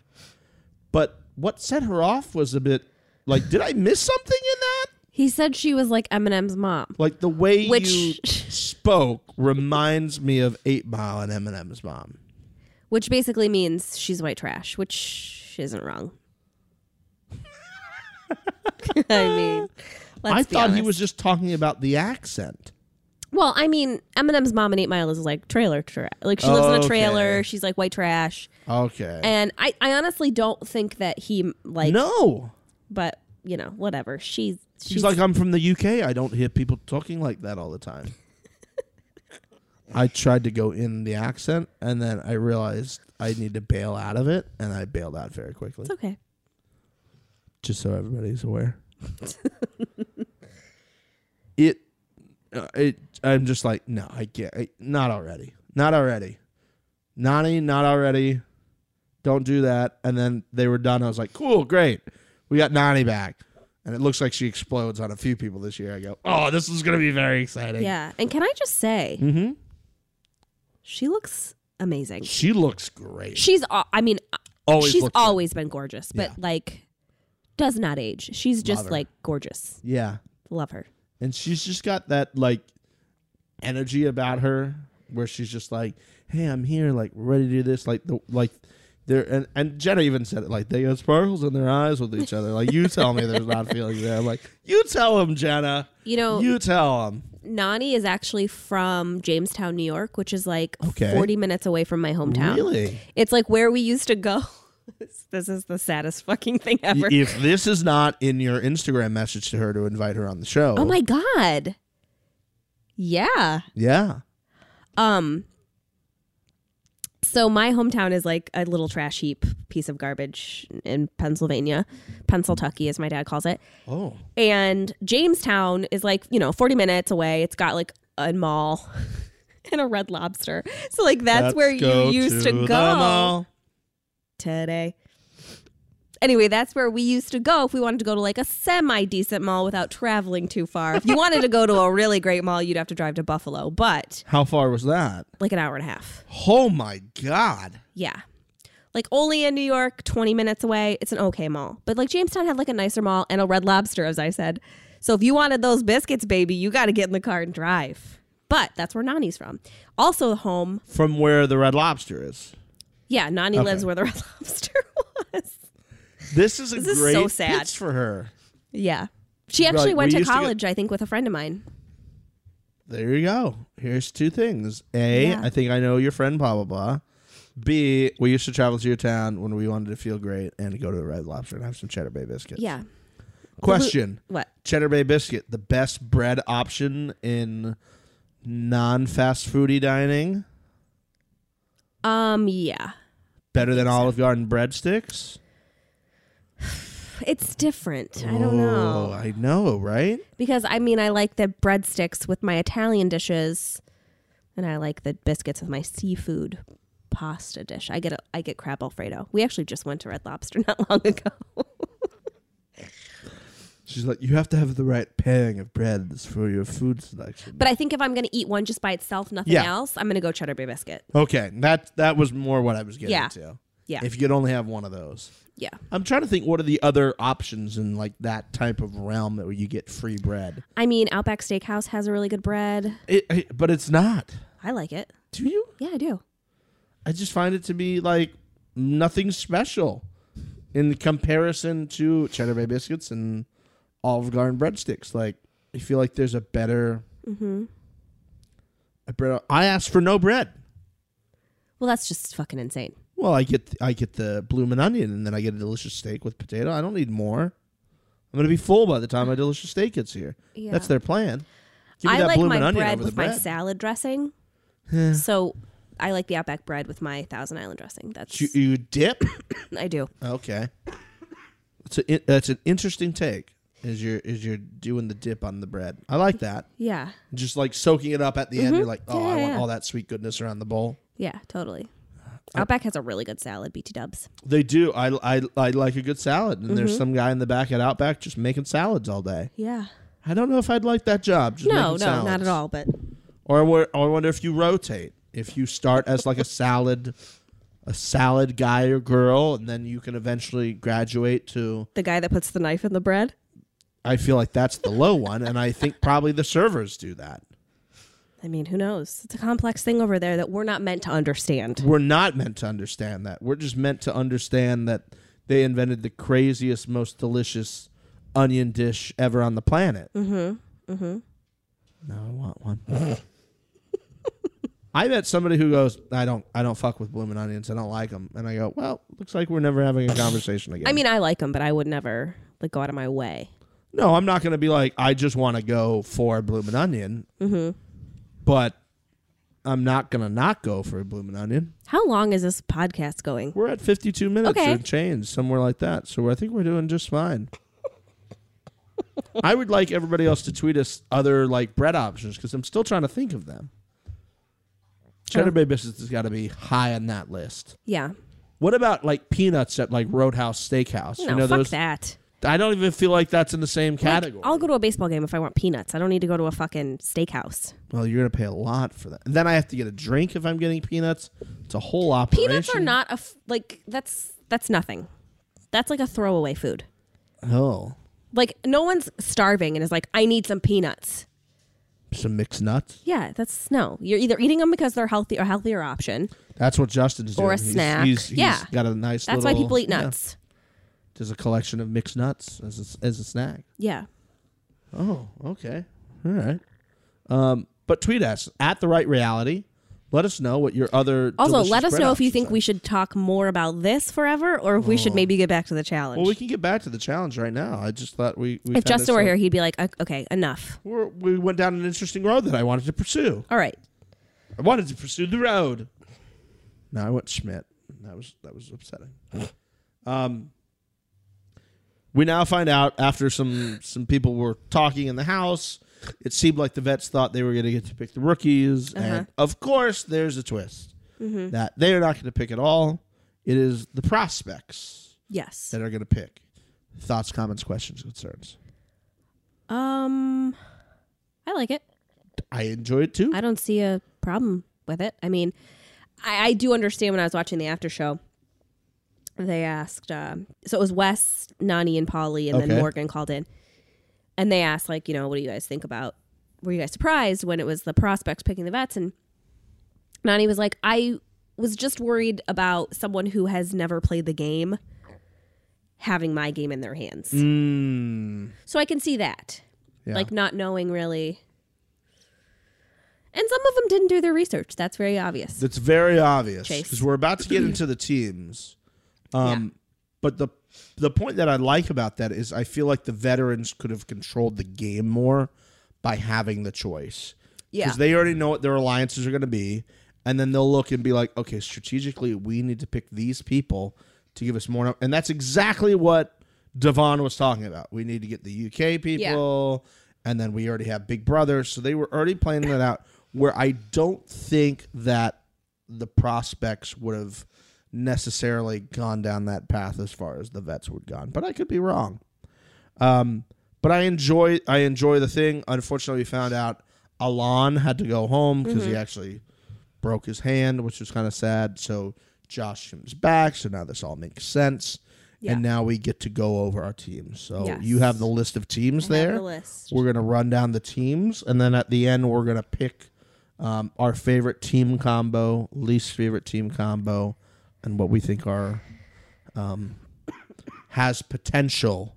Speaker 2: But what set her off was a bit like, did I miss something in that?
Speaker 3: He said she was like Eminem's mom.
Speaker 2: Like the way
Speaker 3: Which-
Speaker 2: you spoke reminds me of Eight Mile and Eminem's mom.
Speaker 3: which basically means she's white trash, which isn't wrong. I mean, let's
Speaker 2: I
Speaker 3: be
Speaker 2: thought he
Speaker 3: honest.
Speaker 2: was just talking about the accent.
Speaker 3: Well, I mean, Eminem's mom and Eight Mile is like trailer trash. Like she lives in
Speaker 2: Okay.
Speaker 3: a trailer. She's like white trash,
Speaker 2: Okay.
Speaker 3: and I, I honestly don't think that he like.
Speaker 2: no,
Speaker 3: but you know, whatever. She's she's,
Speaker 2: she's like, I'm from the UK. I don't hear people talking like that all the time. I tried to go in the accent, and then I realized I need to bail out of it, and I bailed out very quickly.
Speaker 3: it's okay.
Speaker 2: just so everybody's aware. it, uh, it. I'm just like, no, I can't. I, not already. Not already. Nani, not already. Don't do that. And then they were done. I was like, cool, great. We got Nani back. And it looks like she explodes on a few people this year. I go, oh, this is going to be very exciting.
Speaker 3: Yeah, and can I just say,
Speaker 2: Mm-hmm.
Speaker 3: she looks amazing.
Speaker 2: She looks great.
Speaker 3: She's, al- I mean, uh,
Speaker 2: Always
Speaker 3: she's
Speaker 2: looked good.
Speaker 3: always been gorgeous, but
Speaker 2: Yeah.
Speaker 3: like does not age. She's just
Speaker 2: her.
Speaker 3: like gorgeous.
Speaker 2: Yeah.
Speaker 3: Love her.
Speaker 2: and she's just got that like energy about her where she's just like hey i'm here like ready to do this like the like there and, and jenna even said it like they got sparkles in their eyes with each other like you tell me there's not feelings there I'm like you tell them jenna
Speaker 3: You know-
Speaker 2: you tell them
Speaker 3: Nani is actually from Jamestown, New York, which is like
Speaker 2: Okay.
Speaker 3: 40 minutes away from my hometown.
Speaker 2: Really?
Speaker 3: It's like where we used to go. This- this is the saddest fucking thing ever.
Speaker 2: if this is not in your instagram message to her to invite her on the show
Speaker 3: Oh my god. Yeah.
Speaker 2: yeah
Speaker 3: Um so my hometown is like a little trash heap piece of garbage in Pennsylvania. Pennsyltucky as my dad calls it.
Speaker 2: oh
Speaker 3: and Jamestown is like you know 40 minutes away. It's got like a mall and a Red Lobster, so like that's
Speaker 2: Let's
Speaker 3: where you
Speaker 2: go
Speaker 3: used to,
Speaker 2: the
Speaker 3: go
Speaker 2: mall.
Speaker 3: today. Anyway, that's where we used to go if we wanted to go to like a semi decent mall without traveling too far. If you wanted to go to a really great mall, you'd have to drive to Buffalo, but
Speaker 2: how far was that
Speaker 3: like an hour and a half.
Speaker 2: oh my god
Speaker 3: Yeah. Like Olean, New York, 20 minutes away. It's an okay mall. But like Jamestown had like a nicer mall and a red lobster, as I said. So if you wanted those biscuits, baby, you got to get in the car and drive. But that's where Nani's from. Also, home.
Speaker 2: from where the red lobster is
Speaker 3: Yeah, Nani lives where the red lobster was.
Speaker 2: This is a
Speaker 3: This is
Speaker 2: great
Speaker 3: so sad.
Speaker 2: pitch for her.
Speaker 3: Yeah. She actually
Speaker 2: Right,
Speaker 3: went
Speaker 2: we
Speaker 3: to
Speaker 2: used to get-
Speaker 3: college, I think, with a friend of mine.
Speaker 2: There you go. Here's two things. A, I
Speaker 3: Yeah.
Speaker 2: think I know your friend, blah blah blah. B, we used to travel to your town when we wanted to feel great and to go to the Red Lobster and have some Cheddar Bay biscuits.
Speaker 3: Yeah.
Speaker 2: Question:
Speaker 3: What?
Speaker 2: Cheddar Bay biscuit, the best bread option in non-fast foody dining,
Speaker 3: Um, yeah.
Speaker 2: better than Olive Garden breadsticks?
Speaker 3: It's different. I don't know.
Speaker 2: Oh, I know, right?
Speaker 3: Because I mean, I like the breadsticks with my Italian dishes, and I like the biscuits with my seafood pasta dish. I get a, I get crab alfredo. We actually just went to Red Lobster not long ago.
Speaker 2: She's like, you have to have the right pairing of breads for your food selection.
Speaker 3: But I think if I'm gonna eat one just by itself, nothing
Speaker 2: Yeah.
Speaker 3: else, I'm gonna go cheddar bay biscuit.
Speaker 2: Okay, that that was more what I was getting
Speaker 3: Yeah.
Speaker 2: to.
Speaker 3: Yeah.
Speaker 2: If you could only have one of those.
Speaker 3: Yeah,
Speaker 2: I'm trying to think what are the other options in like that type of realm that where you get free bread.
Speaker 3: I mean, Outback Steakhouse has a really good bread.
Speaker 2: It, it- but it's not.
Speaker 3: I like it.
Speaker 2: Do you?
Speaker 3: Yeah, I do.
Speaker 2: I just find it to be like nothing special in comparison to Cheddar Bay biscuits and Olive Garden breadsticks. Like, I feel like there's a better.
Speaker 3: Mm-hmm.
Speaker 2: A bread. I asked for no bread.
Speaker 3: Well, that's just fucking insane.
Speaker 2: Well, I get I get the bloomin' onion, and then I get a delicious steak with potato. I don't need more. I'm gonna be full by the time my delicious steak gets here.
Speaker 3: Yeah.
Speaker 2: That's their plan. Give me
Speaker 3: I
Speaker 2: that
Speaker 3: like
Speaker 2: bloomin'
Speaker 3: my
Speaker 2: onion
Speaker 3: bread
Speaker 2: over
Speaker 3: with
Speaker 2: the bread.
Speaker 3: my salad dressing. So I like the Outback bread with my Thousand Island dressing. That's
Speaker 2: You, you dip.
Speaker 3: I do.
Speaker 2: okay. It's a, it- that's an interesting take. Is you're is you're doing the dip on the bread. I like that.
Speaker 3: Yeah.
Speaker 2: Just like soaking it up at the end. You're like, oh, I
Speaker 3: Yeah,
Speaker 2: want
Speaker 3: Mm-hmm. yeah.
Speaker 2: all that sweet goodness around the bowl.
Speaker 3: Yeah, totally. Outback has a really good salad, BT dubs.
Speaker 2: They do. I, I, I like a good salad. And
Speaker 3: Mm-hmm.
Speaker 2: there's some guy in the back at Outback just making salads all day.
Speaker 3: Yeah.
Speaker 2: I don't know if I'd like that job. Just
Speaker 3: No, no,
Speaker 2: making salads.
Speaker 3: not at all. But
Speaker 2: Or I wo- or I wonder if you rotate. If you start as like a salad, a salad guy or girl, and then you can eventually graduate to.
Speaker 3: the guy that puts the knife in the bread?
Speaker 2: I feel like that's the low one, and I think probably the servers do that.
Speaker 3: I mean, who knows? It's a complex thing over there that we're not meant to understand.
Speaker 2: We're not meant to understand that. We're just meant to understand that they invented the craziest, most delicious onion dish ever on the planet. Mm-hmm. Mm-hmm. Now I want one. I met somebody who goes, "I don't, I don't fuck with blooming onions. I don't like them." And I go, "Well, looks like we're never having a conversation again."
Speaker 3: I mean, I like them, but I would never like go out of my way.
Speaker 2: no, I'm not going to be like, "I just want to go for blooming onion," mm-hmm. but I'm not going to not go for a blooming onion.
Speaker 3: How long is this podcast going?
Speaker 2: We're at 52 minutes
Speaker 3: Okay.
Speaker 2: or change, somewhere like that. So I think we're doing just fine. I would like everybody else to tweet us other like bread options because I'm still trying to think of them.
Speaker 3: Oh.
Speaker 2: Cheddar Bay biscuits has got to be high on that list.
Speaker 3: Yeah.
Speaker 2: What about like peanuts at like Roadhouse Steakhouse?
Speaker 3: No, fuck that.
Speaker 2: I don't even feel like that's in the same category.
Speaker 3: I'll go to a baseball game if I want peanuts. I don't need to go to a fucking steakhouse.
Speaker 2: well, you're gonna pay a lot for that. And then I have to get a drink if I'm getting peanuts. It's a whole operation.
Speaker 3: Peanuts are not a f- like that's that's nothing. That's like a throwaway food.
Speaker 2: Oh,
Speaker 3: Like no one's starving and is like, I need some peanuts.
Speaker 2: some mixed nuts.
Speaker 3: Yeah, that's no. You're either eating them because they're healthy or healthier option.
Speaker 2: That's what Justin's doing.
Speaker 3: Or a
Speaker 2: He's-
Speaker 3: snack.
Speaker 2: He's, he's
Speaker 3: Yeah.
Speaker 2: got a nice.
Speaker 3: That's why
Speaker 2: little-
Speaker 3: people eat
Speaker 2: yeah.
Speaker 3: nuts.
Speaker 2: There's a collection of mixed nuts as a, as a snack.
Speaker 3: Yeah.
Speaker 2: Oh, okay, all right. Um, but tweet us at the right reality. Let us know what your other.
Speaker 3: Also,
Speaker 2: delicious
Speaker 3: let us
Speaker 2: bread
Speaker 3: know if you
Speaker 2: options
Speaker 3: think
Speaker 2: are.
Speaker 3: we should talk more about this forever or if we should maybe get back to the challenge.
Speaker 2: Well, we can get back to the challenge right now. I just thought we. we
Speaker 3: if
Speaker 2: found
Speaker 3: Justin were
Speaker 2: this,
Speaker 3: here, he'd be like, "Ok- okay, enough.
Speaker 2: like, we're, we went down an interesting road that I wanted to pursue.
Speaker 3: All right.
Speaker 2: I wanted to pursue the road. No, I went Schmidt. That was that was upsetting. um, we now find out after some some people were talking in the house, it seemed like the vets thought they were going to get to pick the rookies, and of course, there's a twist that they're not going to pick at all. It is the prospects
Speaker 3: Yes.
Speaker 2: that are going to pick. Thoughts, comments, questions, concerns.
Speaker 3: Um I like it.
Speaker 2: I enjoy it too.
Speaker 3: I don't see a problem with it. I mean, I, I do understand when I was watching the after show. They asked, um, so it was Wes, Nani, and Polly, and
Speaker 2: Okay.
Speaker 3: then Morgan called in, and they asked, like, you know, what do you guys think about? Were you guys surprised when it was the prospects picking the vets? And Nani was like, I was just worried about someone who has never played the game having my game in their hands. So I can see that,
Speaker 2: Mm. Yeah.
Speaker 3: like, not knowing really and some of them didn't do their research. That's very obvious.
Speaker 2: That's very obvious
Speaker 3: Chase.
Speaker 2: because we're about to get into the teams. Um, But the the point that I like about that is I feel like the veterans could have controlled the game more by having the choice.
Speaker 3: Yeah.
Speaker 2: Because they already know what their alliances are going to be. And then they'll look and be like, okay, strategically, we need to pick these people to give us more. And that's exactly what Devon was talking about. We need to get the UK people. And then we already have Big Brother. So they were already planning that out where I don't think that the prospects would have necessarily gone down that path as far as the vets would gone. But I could be wrong. Um, but I enjoy I enjoy the thing. Unfortunately, we found out Alon had to go home because he actually broke his hand, which was kind of sad. So Josh comes back. So now this all makes sense. And now we get to go over our teams. So
Speaker 3: Yes.
Speaker 2: you have the list of teams
Speaker 3: I have
Speaker 2: there.
Speaker 3: the list.
Speaker 2: We're gonna run down the teams, and then at the end, we're gonna pick um, our favorite team combo, least favorite team combo, and what we think are um, has potential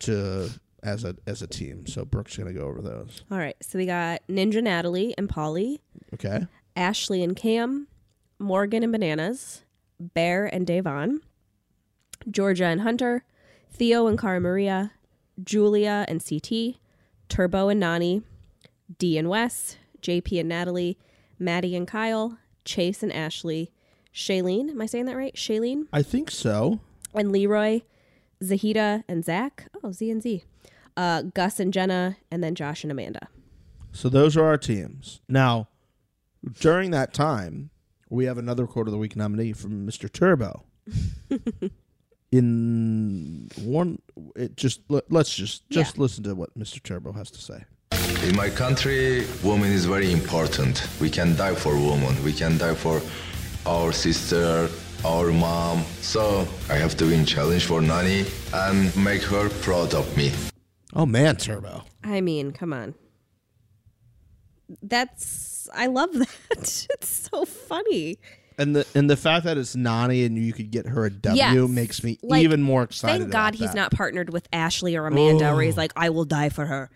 Speaker 2: to as a as a team. So Brooke's gonna go over those.
Speaker 3: All right. So we got Ninja Natalie and Polly,
Speaker 2: Okay.
Speaker 3: Ashley and Cam, Morgan and Bananas, Bear and Davon, Georgia and Hunter, Theo and Cara Maria, Julia and CT, Turbo and Nani, D and Wes, JP and Natalie, Maddie and Kyle, Chase and Ashley, Shailene, am I saying that right? Shailene
Speaker 2: I think so.
Speaker 3: and Leroy, Zahida and Zach, oh, Z and Z, uh, Gus and Jenna, and then Josh and Amanda.
Speaker 2: So those are our teams. Now, during that time, we have another quote of the week nominee from Mr. Turbo. In one, it just let, let's just just listen to what Mr. Turbo has to say.
Speaker 8: In my country, woman is very important. We can die for woman. We can die for our sister, our mom. So I have to win challenge for Nani and make her proud of me.
Speaker 2: Oh man, Turbo!
Speaker 3: I mean, come on. That's I love that. It's so funny.
Speaker 2: And the and the fact that it's Nani and you could get her a W
Speaker 3: Yes.
Speaker 2: makes me
Speaker 3: Like,
Speaker 2: even more excited.
Speaker 3: Thank God
Speaker 2: about
Speaker 3: he's
Speaker 2: that.
Speaker 3: not partnered with Ashley or Amanda, where he's like, I will die for her.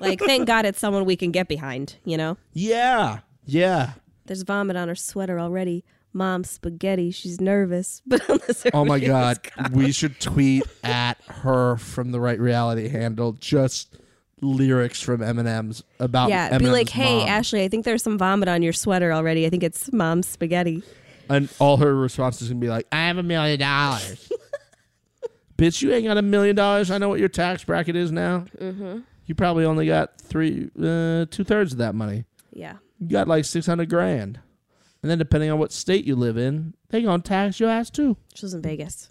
Speaker 3: Like, thank God it's someone we can get behind. You know,
Speaker 2: Yeah, yeah.
Speaker 3: there's vomit on her sweater already. Mom's spaghetti. She's nervous, but on the
Speaker 2: Oh my
Speaker 3: surface-
Speaker 2: God. We should tweet at her from the right reality handle just lyrics from Eminem's about
Speaker 3: Yeah,
Speaker 2: Eminem's
Speaker 3: be like, hey,
Speaker 2: mom."
Speaker 3: Ashley, I think there's some vomit on your sweater already. I think it's mom's spaghetti.
Speaker 2: and all her response is gonna be like, I have a million dollars. Bitch, you ain't got a million dollars. I know what your tax bracket is now. Mm-hmm. You probably only got three, uh, two thirds of that money.
Speaker 3: Yeah.
Speaker 2: You got like six hundred grand, and then depending on what state you live in, they gonna tax your ass too.
Speaker 3: She was in Vegas.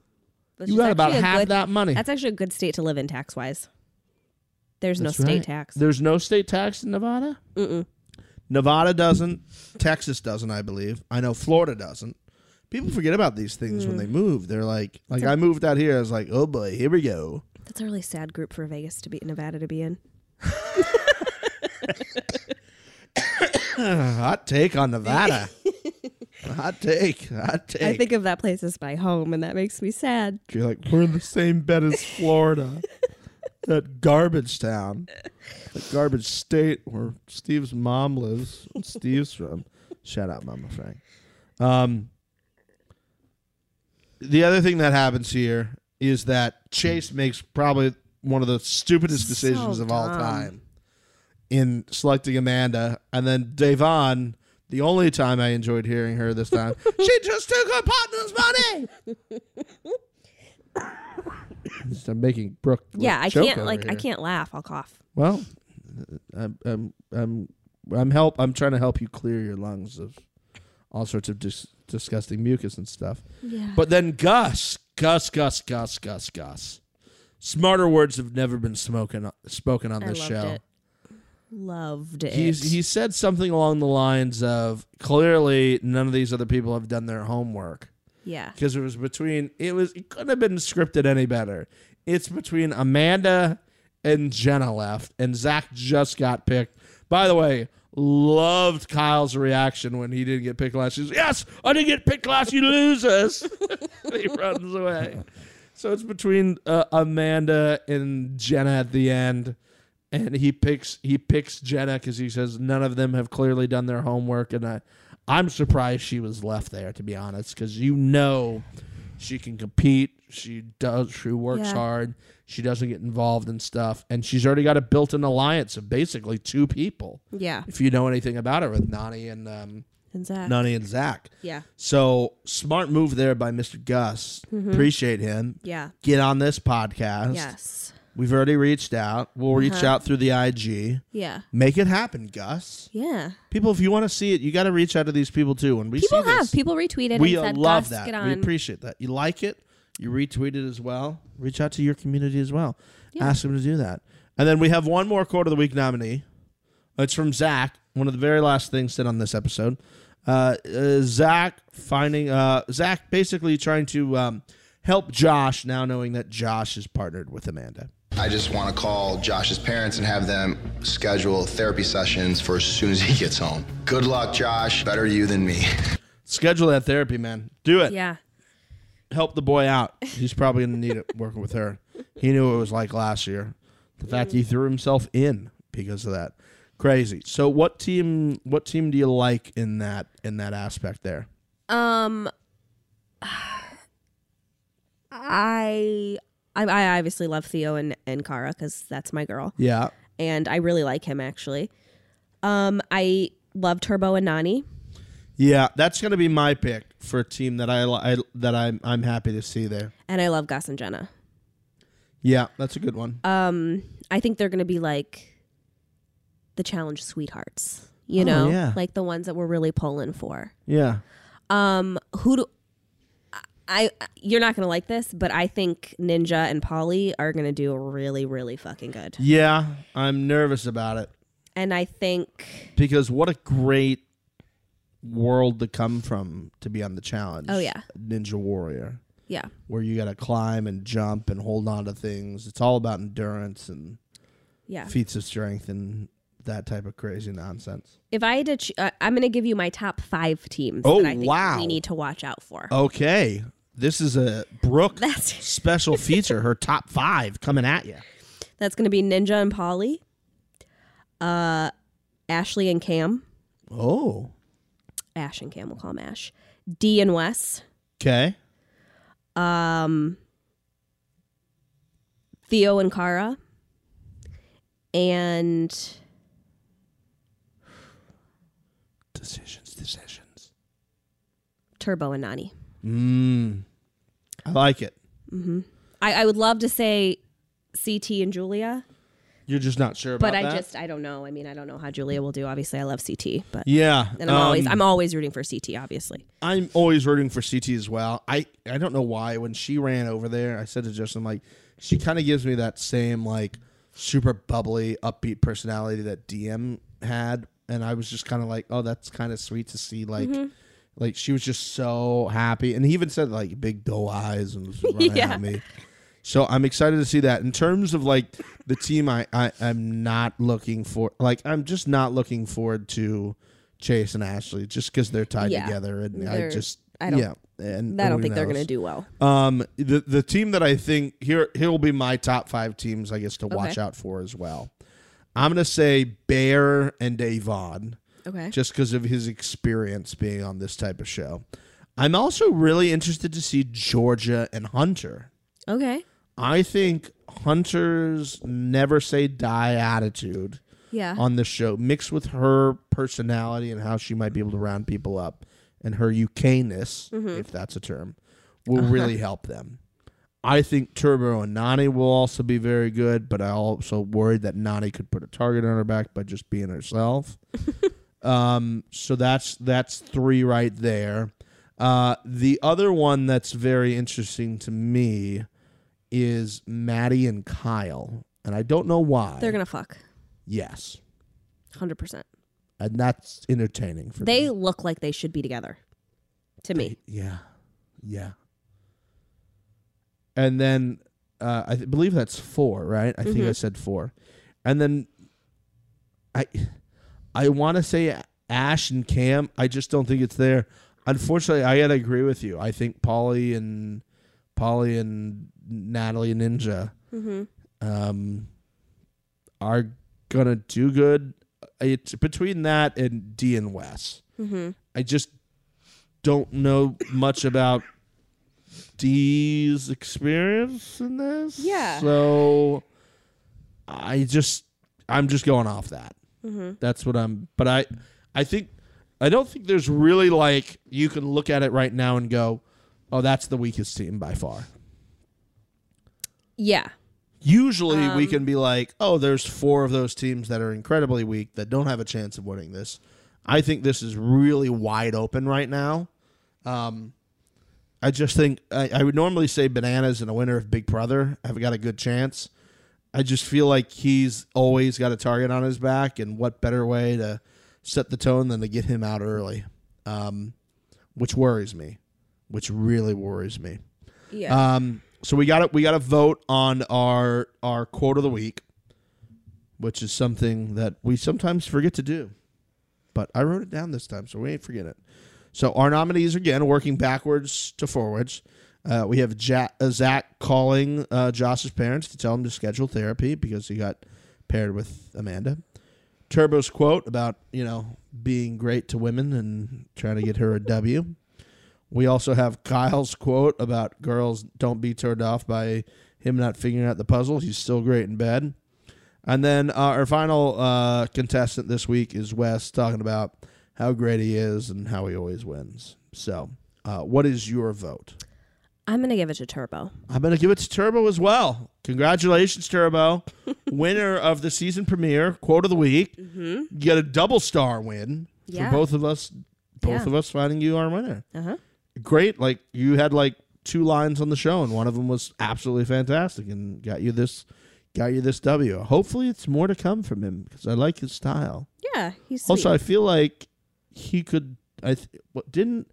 Speaker 3: But
Speaker 2: You
Speaker 3: she's
Speaker 2: got about
Speaker 3: actually a
Speaker 2: half
Speaker 3: good-
Speaker 2: that money.
Speaker 3: That's actually a good state to live in tax wise. There's
Speaker 2: That's
Speaker 3: no state
Speaker 2: right.
Speaker 3: tax.
Speaker 2: There's no state tax in Nevada. Mm-mm. Nevada doesn't. Texas doesn't. I believe. I know Florida doesn't. People forget about these things
Speaker 3: Mm.
Speaker 2: when they move. They're like, like I moved out here. I was like, oh boy, here we go.
Speaker 3: That's a really sad group for Vegas to be Nevada to be in.
Speaker 2: Hot take on Nevada. hot take. Hot take.
Speaker 3: I think of that place as my home, and that makes me sad.
Speaker 2: You're like, we're in the same bed as Florida. that garbage town. That garbage state where Steve's mom lives. Steve's from. Shout out Mama Frank. Um The other thing that happens here is that Chase makes probably one of the stupidest decisions of all
Speaker 3: dumb.
Speaker 2: time in selecting Amanda. And then Devon, the only time I enjoyed hearing her this time, she just took her partner's money. Just- I'm making Brooke. look
Speaker 3: yeah, I
Speaker 2: choke
Speaker 3: can't
Speaker 2: over
Speaker 3: like I
Speaker 2: here.
Speaker 3: can't laugh. I'll cough.
Speaker 2: Well, uh, I'm, I'm, I'm, I'm help. I'm trying to help you clear your lungs of all sorts of dis- disgusting mucus and stuff. Yeah. But then Gus, Gus, Gus, Gus, Gus, Gus. Smarter words have never been spoken spoken on
Speaker 3: I
Speaker 2: this
Speaker 3: loved
Speaker 2: show.
Speaker 3: it. Loved it.
Speaker 2: He's, he said something along the lines of clearly none of these other people have done their homework
Speaker 3: yeah.
Speaker 2: because it was between it was it couldn't have been scripted any better. It's between Amanda and Jenna left, and Zach just got picked. By the way, loved Kyle's reaction when he didn't get picked last. She's yes, I didn't get picked last. You losers. he runs away. So it's between uh, Amanda and Jenna at the end. And he picks he picks Jenna because he says none of them have clearly done their homework, and I, I'm surprised she was left there to be honest, because you know she can compete, she does, she works
Speaker 3: Yeah.
Speaker 2: hard, she doesn't get involved in stuff, and she's already got a built-in alliance of basically two people.
Speaker 3: Yeah.
Speaker 2: If you know anything about it, with Nani and um,
Speaker 3: And Zach.
Speaker 2: Nani and Zach,
Speaker 3: Yeah.
Speaker 2: so smart move there by Mr. Gus. Appreciate him.
Speaker 3: Mm-hmm. Yeah.
Speaker 2: Get on this podcast.
Speaker 3: Yes.
Speaker 2: We've already reached out. We'll reach
Speaker 3: Uh-huh.
Speaker 2: out through the IG.
Speaker 3: Yeah.
Speaker 2: Make it happen, Gus.
Speaker 3: Yeah.
Speaker 2: People, if you want to see it, you got to reach out to these people too. When we
Speaker 3: People
Speaker 2: see
Speaker 3: have
Speaker 2: this,
Speaker 3: people retweeted
Speaker 2: we
Speaker 3: and said,
Speaker 2: love
Speaker 3: "Gus,
Speaker 2: that.
Speaker 3: get
Speaker 2: We
Speaker 3: on."
Speaker 2: appreciate that. You like it, you retweet it as well. Reach out to your community as well. Ask them to do that. And then we have one more quote of the week nominee. It's from Zach. One of the very last things said on this episode. Uh, uh, Zach finding uh, Zach basically trying to um, help Josh now, knowing that Josh is partnered with Amanda.
Speaker 8: I just want to call Josh's parents and have them schedule therapy sessions for as soon as he gets home. Good luck, Josh. Better you than me.
Speaker 2: Schedule that therapy, man. Do it.
Speaker 3: Yeah.
Speaker 2: Help the boy out. He's probably gonna need it working with her. He knew what it was like last year. The fact he threw himself in because of that. Crazy. So what team what team do you like in that in that aspect there?
Speaker 3: Um, I, I I obviously love Theo and and Kara because that's my girl,
Speaker 2: Yeah.
Speaker 3: and I really like him actually. Um, I love Turbo and Nani.
Speaker 2: Yeah, that's gonna be my pick for a team that I, li- I that I'm I'm happy to see there.
Speaker 3: and I love Gus and Jenna.
Speaker 2: Yeah, that's a good one.
Speaker 3: I think they're going to be like the challenge sweethearts, you know,
Speaker 2: Oh, yeah.
Speaker 3: like the ones that we're really pulling for.
Speaker 2: yeah.
Speaker 3: Um, who do I? You're not going to like this, but I think Ninja and Polly are going to do really, really fucking good.
Speaker 2: Yeah, I'm nervous about it.
Speaker 3: And I think,
Speaker 2: because what a great world to come from to be on the challenge.
Speaker 3: Oh, yeah.
Speaker 2: Ninja Warrior,
Speaker 3: yeah,
Speaker 2: where you got to climb and jump and hold on to things. It's all about endurance and
Speaker 3: yeah.
Speaker 2: feats of strength and that type of crazy nonsense.
Speaker 3: If I had to, ch- uh, I'm going to give you my top five teams.
Speaker 2: Oh,
Speaker 3: that I think
Speaker 2: wow.
Speaker 3: We need to watch out for.
Speaker 2: Okay, this is a Brooke
Speaker 3: That's
Speaker 2: special feature. Her top five coming at you.
Speaker 3: that's going to be Ninja and Polly, uh, Ashley and Cam.
Speaker 2: Oh,
Speaker 3: Ash and Cam. We'll call him Ash. D and Wes,
Speaker 2: okay.
Speaker 3: Theo and Kara, and
Speaker 2: Decisions, decisions.
Speaker 3: Turbo and Nani.
Speaker 2: I like it.
Speaker 3: I, I would love to say CT and Julia,
Speaker 2: You're just not sure about
Speaker 3: but I
Speaker 2: that?
Speaker 3: just I don't know. I mean, I don't know how Julia will do. Obviously, I love CT, but
Speaker 2: yeah.
Speaker 3: and I'm always
Speaker 2: um,
Speaker 3: I'm always rooting for CT. Obviously,
Speaker 2: I'm always rooting for CT as well. I, I don't know why. When she ran over there, I said to Justin, like, she kind of gives me that same, like, super bubbly, upbeat personality that DM had. And I was just kind of like, oh, that's kind of sweet to see. Like,
Speaker 3: Mm-hmm.
Speaker 2: like she was just so happy. And he even said, like, big doe eyes and was running
Speaker 3: Yeah.
Speaker 2: at me. So I'm excited to see that. In terms of like the team, I, I I'm not looking for like I'm just not looking forward to Chase and Ashley just because they're tied
Speaker 3: Yeah.
Speaker 2: together, and I
Speaker 3: They're-
Speaker 2: just
Speaker 3: I don't-
Speaker 2: yeah, and
Speaker 3: I
Speaker 2: who
Speaker 3: don't think they're gonna
Speaker 2: knows?
Speaker 3: do well.
Speaker 2: Um, the the team that I think here here will be my top five teams, I guess to watch
Speaker 3: Okay.
Speaker 2: out for as well. I'm gonna say Bear and Avon
Speaker 3: Okay,
Speaker 2: just because of his experience being on this type of show. I'm also really interested to see Georgia and Hunter.
Speaker 3: okay,
Speaker 2: I think Hunter's never say die attitude
Speaker 3: yeah,
Speaker 2: on the show, mixed with her personality and how she might be able to round people up and her UKness,
Speaker 3: Mm-hmm.
Speaker 2: if that's a term, will
Speaker 3: Uh-huh.
Speaker 2: really help them. I think Turbo and Nani will also be very good, but I also worried that Nani could put a target on her back by just being herself. um, so that's that's three right there. Uh, the other one that's very interesting to me is Maddie and Kyle, and I don't know why.
Speaker 3: they're gonna fuck,
Speaker 2: yes,
Speaker 3: hundred percent.
Speaker 2: and Uh, that's entertaining for
Speaker 3: They
Speaker 2: me.
Speaker 3: look like they should be together, to me.
Speaker 2: Yeah, yeah. And then uh, I th- believe that's four, right? I think I said four, and then I I want to say Ash and Cam. I just don't think it's there. Unfortunately, I gotta agree with you. I think Polly and Polly and Natalie and Ninja um, are gonna do good. It's between that and D and Wes. I just don't know much about D's experience in this.
Speaker 3: Yeah.
Speaker 2: So I just I'm just going off that. That's what I'm. But I I think I don't think there's really like you can look at it right now and go, oh, that's the weakest team by far.
Speaker 3: Yeah,
Speaker 2: Usually we can be like, oh, there's four of those teams that are incredibly weak that don't have a chance of winning this. I think this is really wide open right now. Um, I just think I, I would normally say bananas and a winner of Big Brother have got a good chance. I just feel like he's always got a target on his back, and what better way to set the tone than to get him out early, um, which worries me, which really worries me.
Speaker 3: yeah.
Speaker 2: Um, so we got to we got to vote on our our quote of the week, which is something that we sometimes forget to do, but I wrote it down this time, so we ain't forget it. So our nominees again, working backwards to forwards. Uh, we have ja- uh, Zach calling uh, Josh's parents to tell him to schedule therapy because he got paired with Amanda. Turbo's quote about you know being great to women and trying to get her a W. We also have Kyle's quote about girls don't be turned off by him not figuring out the puzzle. He's still great in bed. And then uh, our final uh, contestant this week is Wes talking about how great he is and how he always wins. So, uh, what is your vote?
Speaker 3: I'm gonna give it to Turbo.
Speaker 2: I'm going to give it to Turbo as well. Congratulations, Turbo. Winner of the season premiere, quote of the week. You get a double star win
Speaker 3: Mm-hmm. Yeah.
Speaker 2: for both of us, both
Speaker 3: Yeah.
Speaker 2: of us finding you our winner.
Speaker 3: Uh-huh.
Speaker 2: Great. Like, you had like two lines on the show, and one of them was absolutely fantastic and got you this. Got you this W. Hopefully, it's more to come from him because I like his style.
Speaker 3: Yeah, he's
Speaker 2: Also,
Speaker 3: sweet.
Speaker 2: I feel like he could. I th- what- didn't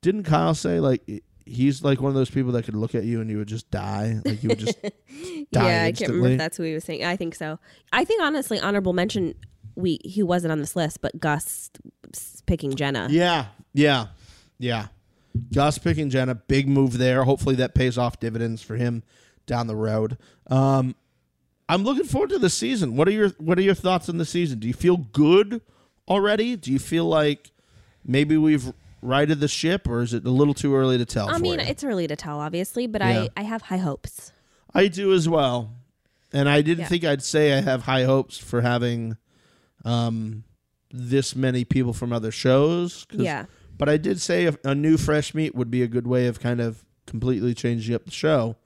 Speaker 2: didn't Kyle say like i- he's like one of those people that could look at you and you would just die, like you would just die
Speaker 3: yeah, I can't remember
Speaker 2: instantly.
Speaker 3: if that's who he was saying. I think so. I think honestly, honorable mention. We he wasn't on this list, but Gus s- picking Jenna.
Speaker 2: yeah, yeah, yeah. Gus picking Jenna, big move there. Hopefully that pays off dividends for him down the road. Um, I'm looking forward to the season. What are your What are your thoughts on the season? Do you feel good already? Do you feel like maybe we've righted the ship, or is it a little too early to tell?
Speaker 3: I
Speaker 2: for
Speaker 3: mean,
Speaker 2: you?
Speaker 3: it's early to tell, obviously, but
Speaker 2: Yeah.
Speaker 3: I I have high hopes.
Speaker 2: I do as well. And I didn't
Speaker 3: Yeah.
Speaker 2: think I'd say I have high hopes for having um this many people from other shows. 'cause-
Speaker 3: Yeah.
Speaker 2: But I did say a, a new fresh meat would be a good way of kind of completely changing up the show.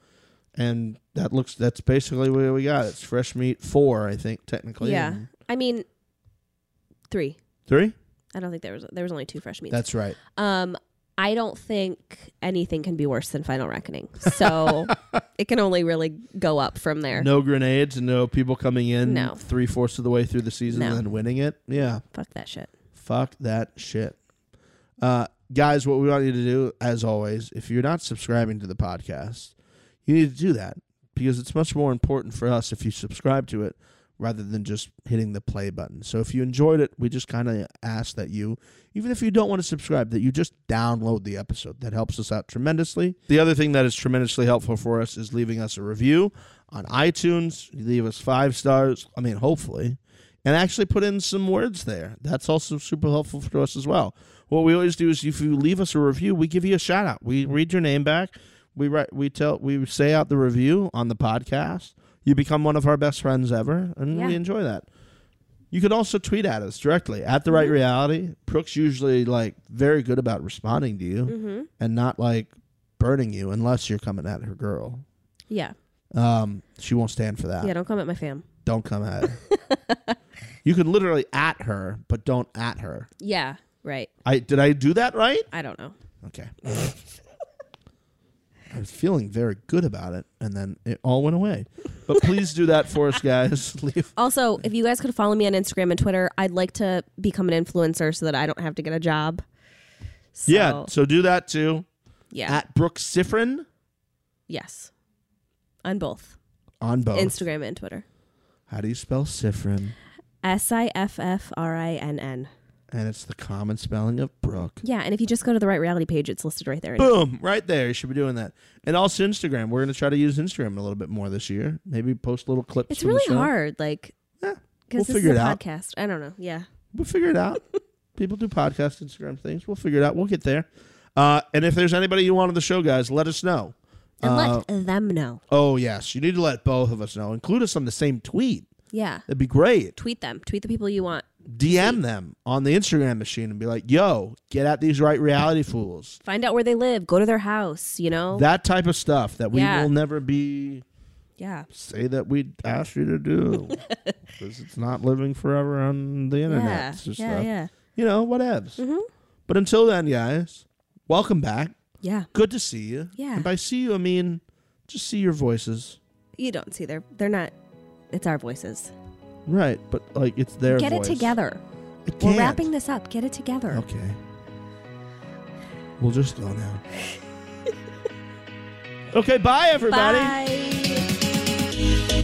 Speaker 2: And that looks that's basically what we got. It's fresh meat four, I think, technically.
Speaker 3: yeah,
Speaker 2: and-
Speaker 3: I mean, three.
Speaker 2: Three?
Speaker 3: I don't think there was there was only two fresh meats.
Speaker 2: That's right.
Speaker 3: um, I don't think anything can be worse than Final Reckoning. So it can only really go up from there.
Speaker 2: No grenades and no people coming in
Speaker 3: No.
Speaker 2: three fourths of the way through the season
Speaker 3: No.
Speaker 2: and then winning it. Yeah.
Speaker 3: Fuck that shit.
Speaker 2: Fuck that shit. Uh, guys, what we want you to do, as always, if you're not subscribing to the podcast, you need to do that because it's much more important for us if you subscribe to it rather than just hitting the play button. So if you enjoyed it, we just kind of ask that you, even if you don't want to subscribe, that you just download the episode. That helps us out tremendously. The other thing that is tremendously helpful for us is leaving us a review on iTunes. You leave us five stars. I mean, hopefully and actually put in some words there. That's also super helpful for us as well. What we always do is if you leave us a review, we give you a shout out. We read your name back. We write we tell we say out the review on the podcast. You become one of our best friends ever and we
Speaker 3: Yeah.
Speaker 2: enjoy that. You can also tweet at us directly at the right reality. Brooks usually like very good about responding to you and not like burning you unless you're coming at her girl.
Speaker 3: Yeah.
Speaker 2: Um, she won't stand for that
Speaker 3: Yeah, don't come at my fam.
Speaker 2: don't come at her. you can literally at her, but don't at her.
Speaker 3: Yeah, right.
Speaker 2: I did I do that right?
Speaker 3: I don't know.
Speaker 2: Okay. I was feeling very good about it, and then it all went away. But please do that for us, guys. Leave.
Speaker 3: Also, if you guys could follow me on Instagram and Twitter, I'd like to become an influencer so that I don't have to get a job. So,
Speaker 2: Yeah. So do that too.
Speaker 3: yeah.
Speaker 2: At Brooke Sifrin
Speaker 3: yes. On both
Speaker 2: on both.
Speaker 3: Instagram and Twitter.
Speaker 2: How do you spell Sifrin?
Speaker 3: S I F F R I N N.
Speaker 2: And it's the common spelling of Brooke.
Speaker 3: Yeah, and if you just go to the right reality page, it's listed right there.
Speaker 2: Boom, right there. You should be doing that. And also Instagram. We're going to try to use Instagram a little bit more this year. Maybe post little clips.
Speaker 3: It's
Speaker 2: from the
Speaker 3: really
Speaker 2: show.
Speaker 3: hard, like
Speaker 2: Yeah, we'll
Speaker 3: because this
Speaker 2: figure
Speaker 3: is
Speaker 2: it
Speaker 3: a
Speaker 2: out.
Speaker 3: podcast. I don't know. Yeah,
Speaker 2: We'll figure it out. People do podcast, Instagram things. We'll figure it out. We'll get there. Uh, and if there's anybody you want on the show, guys, let us know.
Speaker 3: and
Speaker 2: Uh,
Speaker 3: let them know.
Speaker 2: Oh yes, you need to let both of us know. Include us on the same tweet.
Speaker 3: Yeah,
Speaker 2: That'd be great.
Speaker 3: tweet them. Tweet the people you want.
Speaker 2: DM them on the Instagram machine and be like, "Yo, get at these right reality fools."
Speaker 3: Find out where they live. Go to their house. You know.
Speaker 2: That type of stuff that we
Speaker 3: Yeah.
Speaker 2: will never be
Speaker 3: yeah.
Speaker 2: say that we asked you to do because it's not living forever on the internet.
Speaker 3: Yeah.
Speaker 2: It's just,
Speaker 3: Yeah. Mm-hmm.
Speaker 2: uh,
Speaker 3: Yeah.
Speaker 2: You know, whatevs. But until then, guys, welcome back.
Speaker 3: Yeah.
Speaker 2: good to see you.
Speaker 3: Yeah.
Speaker 2: And by see you, I mean just see your voices.
Speaker 3: You don't see their. They're not. It's our voices.
Speaker 2: Right, but like it's their
Speaker 3: Get
Speaker 2: voice.
Speaker 3: it together.
Speaker 2: I
Speaker 3: We're
Speaker 2: can't.
Speaker 3: wrapping this up. Get it together.
Speaker 2: Okay. We'll just go now. okay, bye everybody.
Speaker 3: Bye.
Speaker 4: Bye.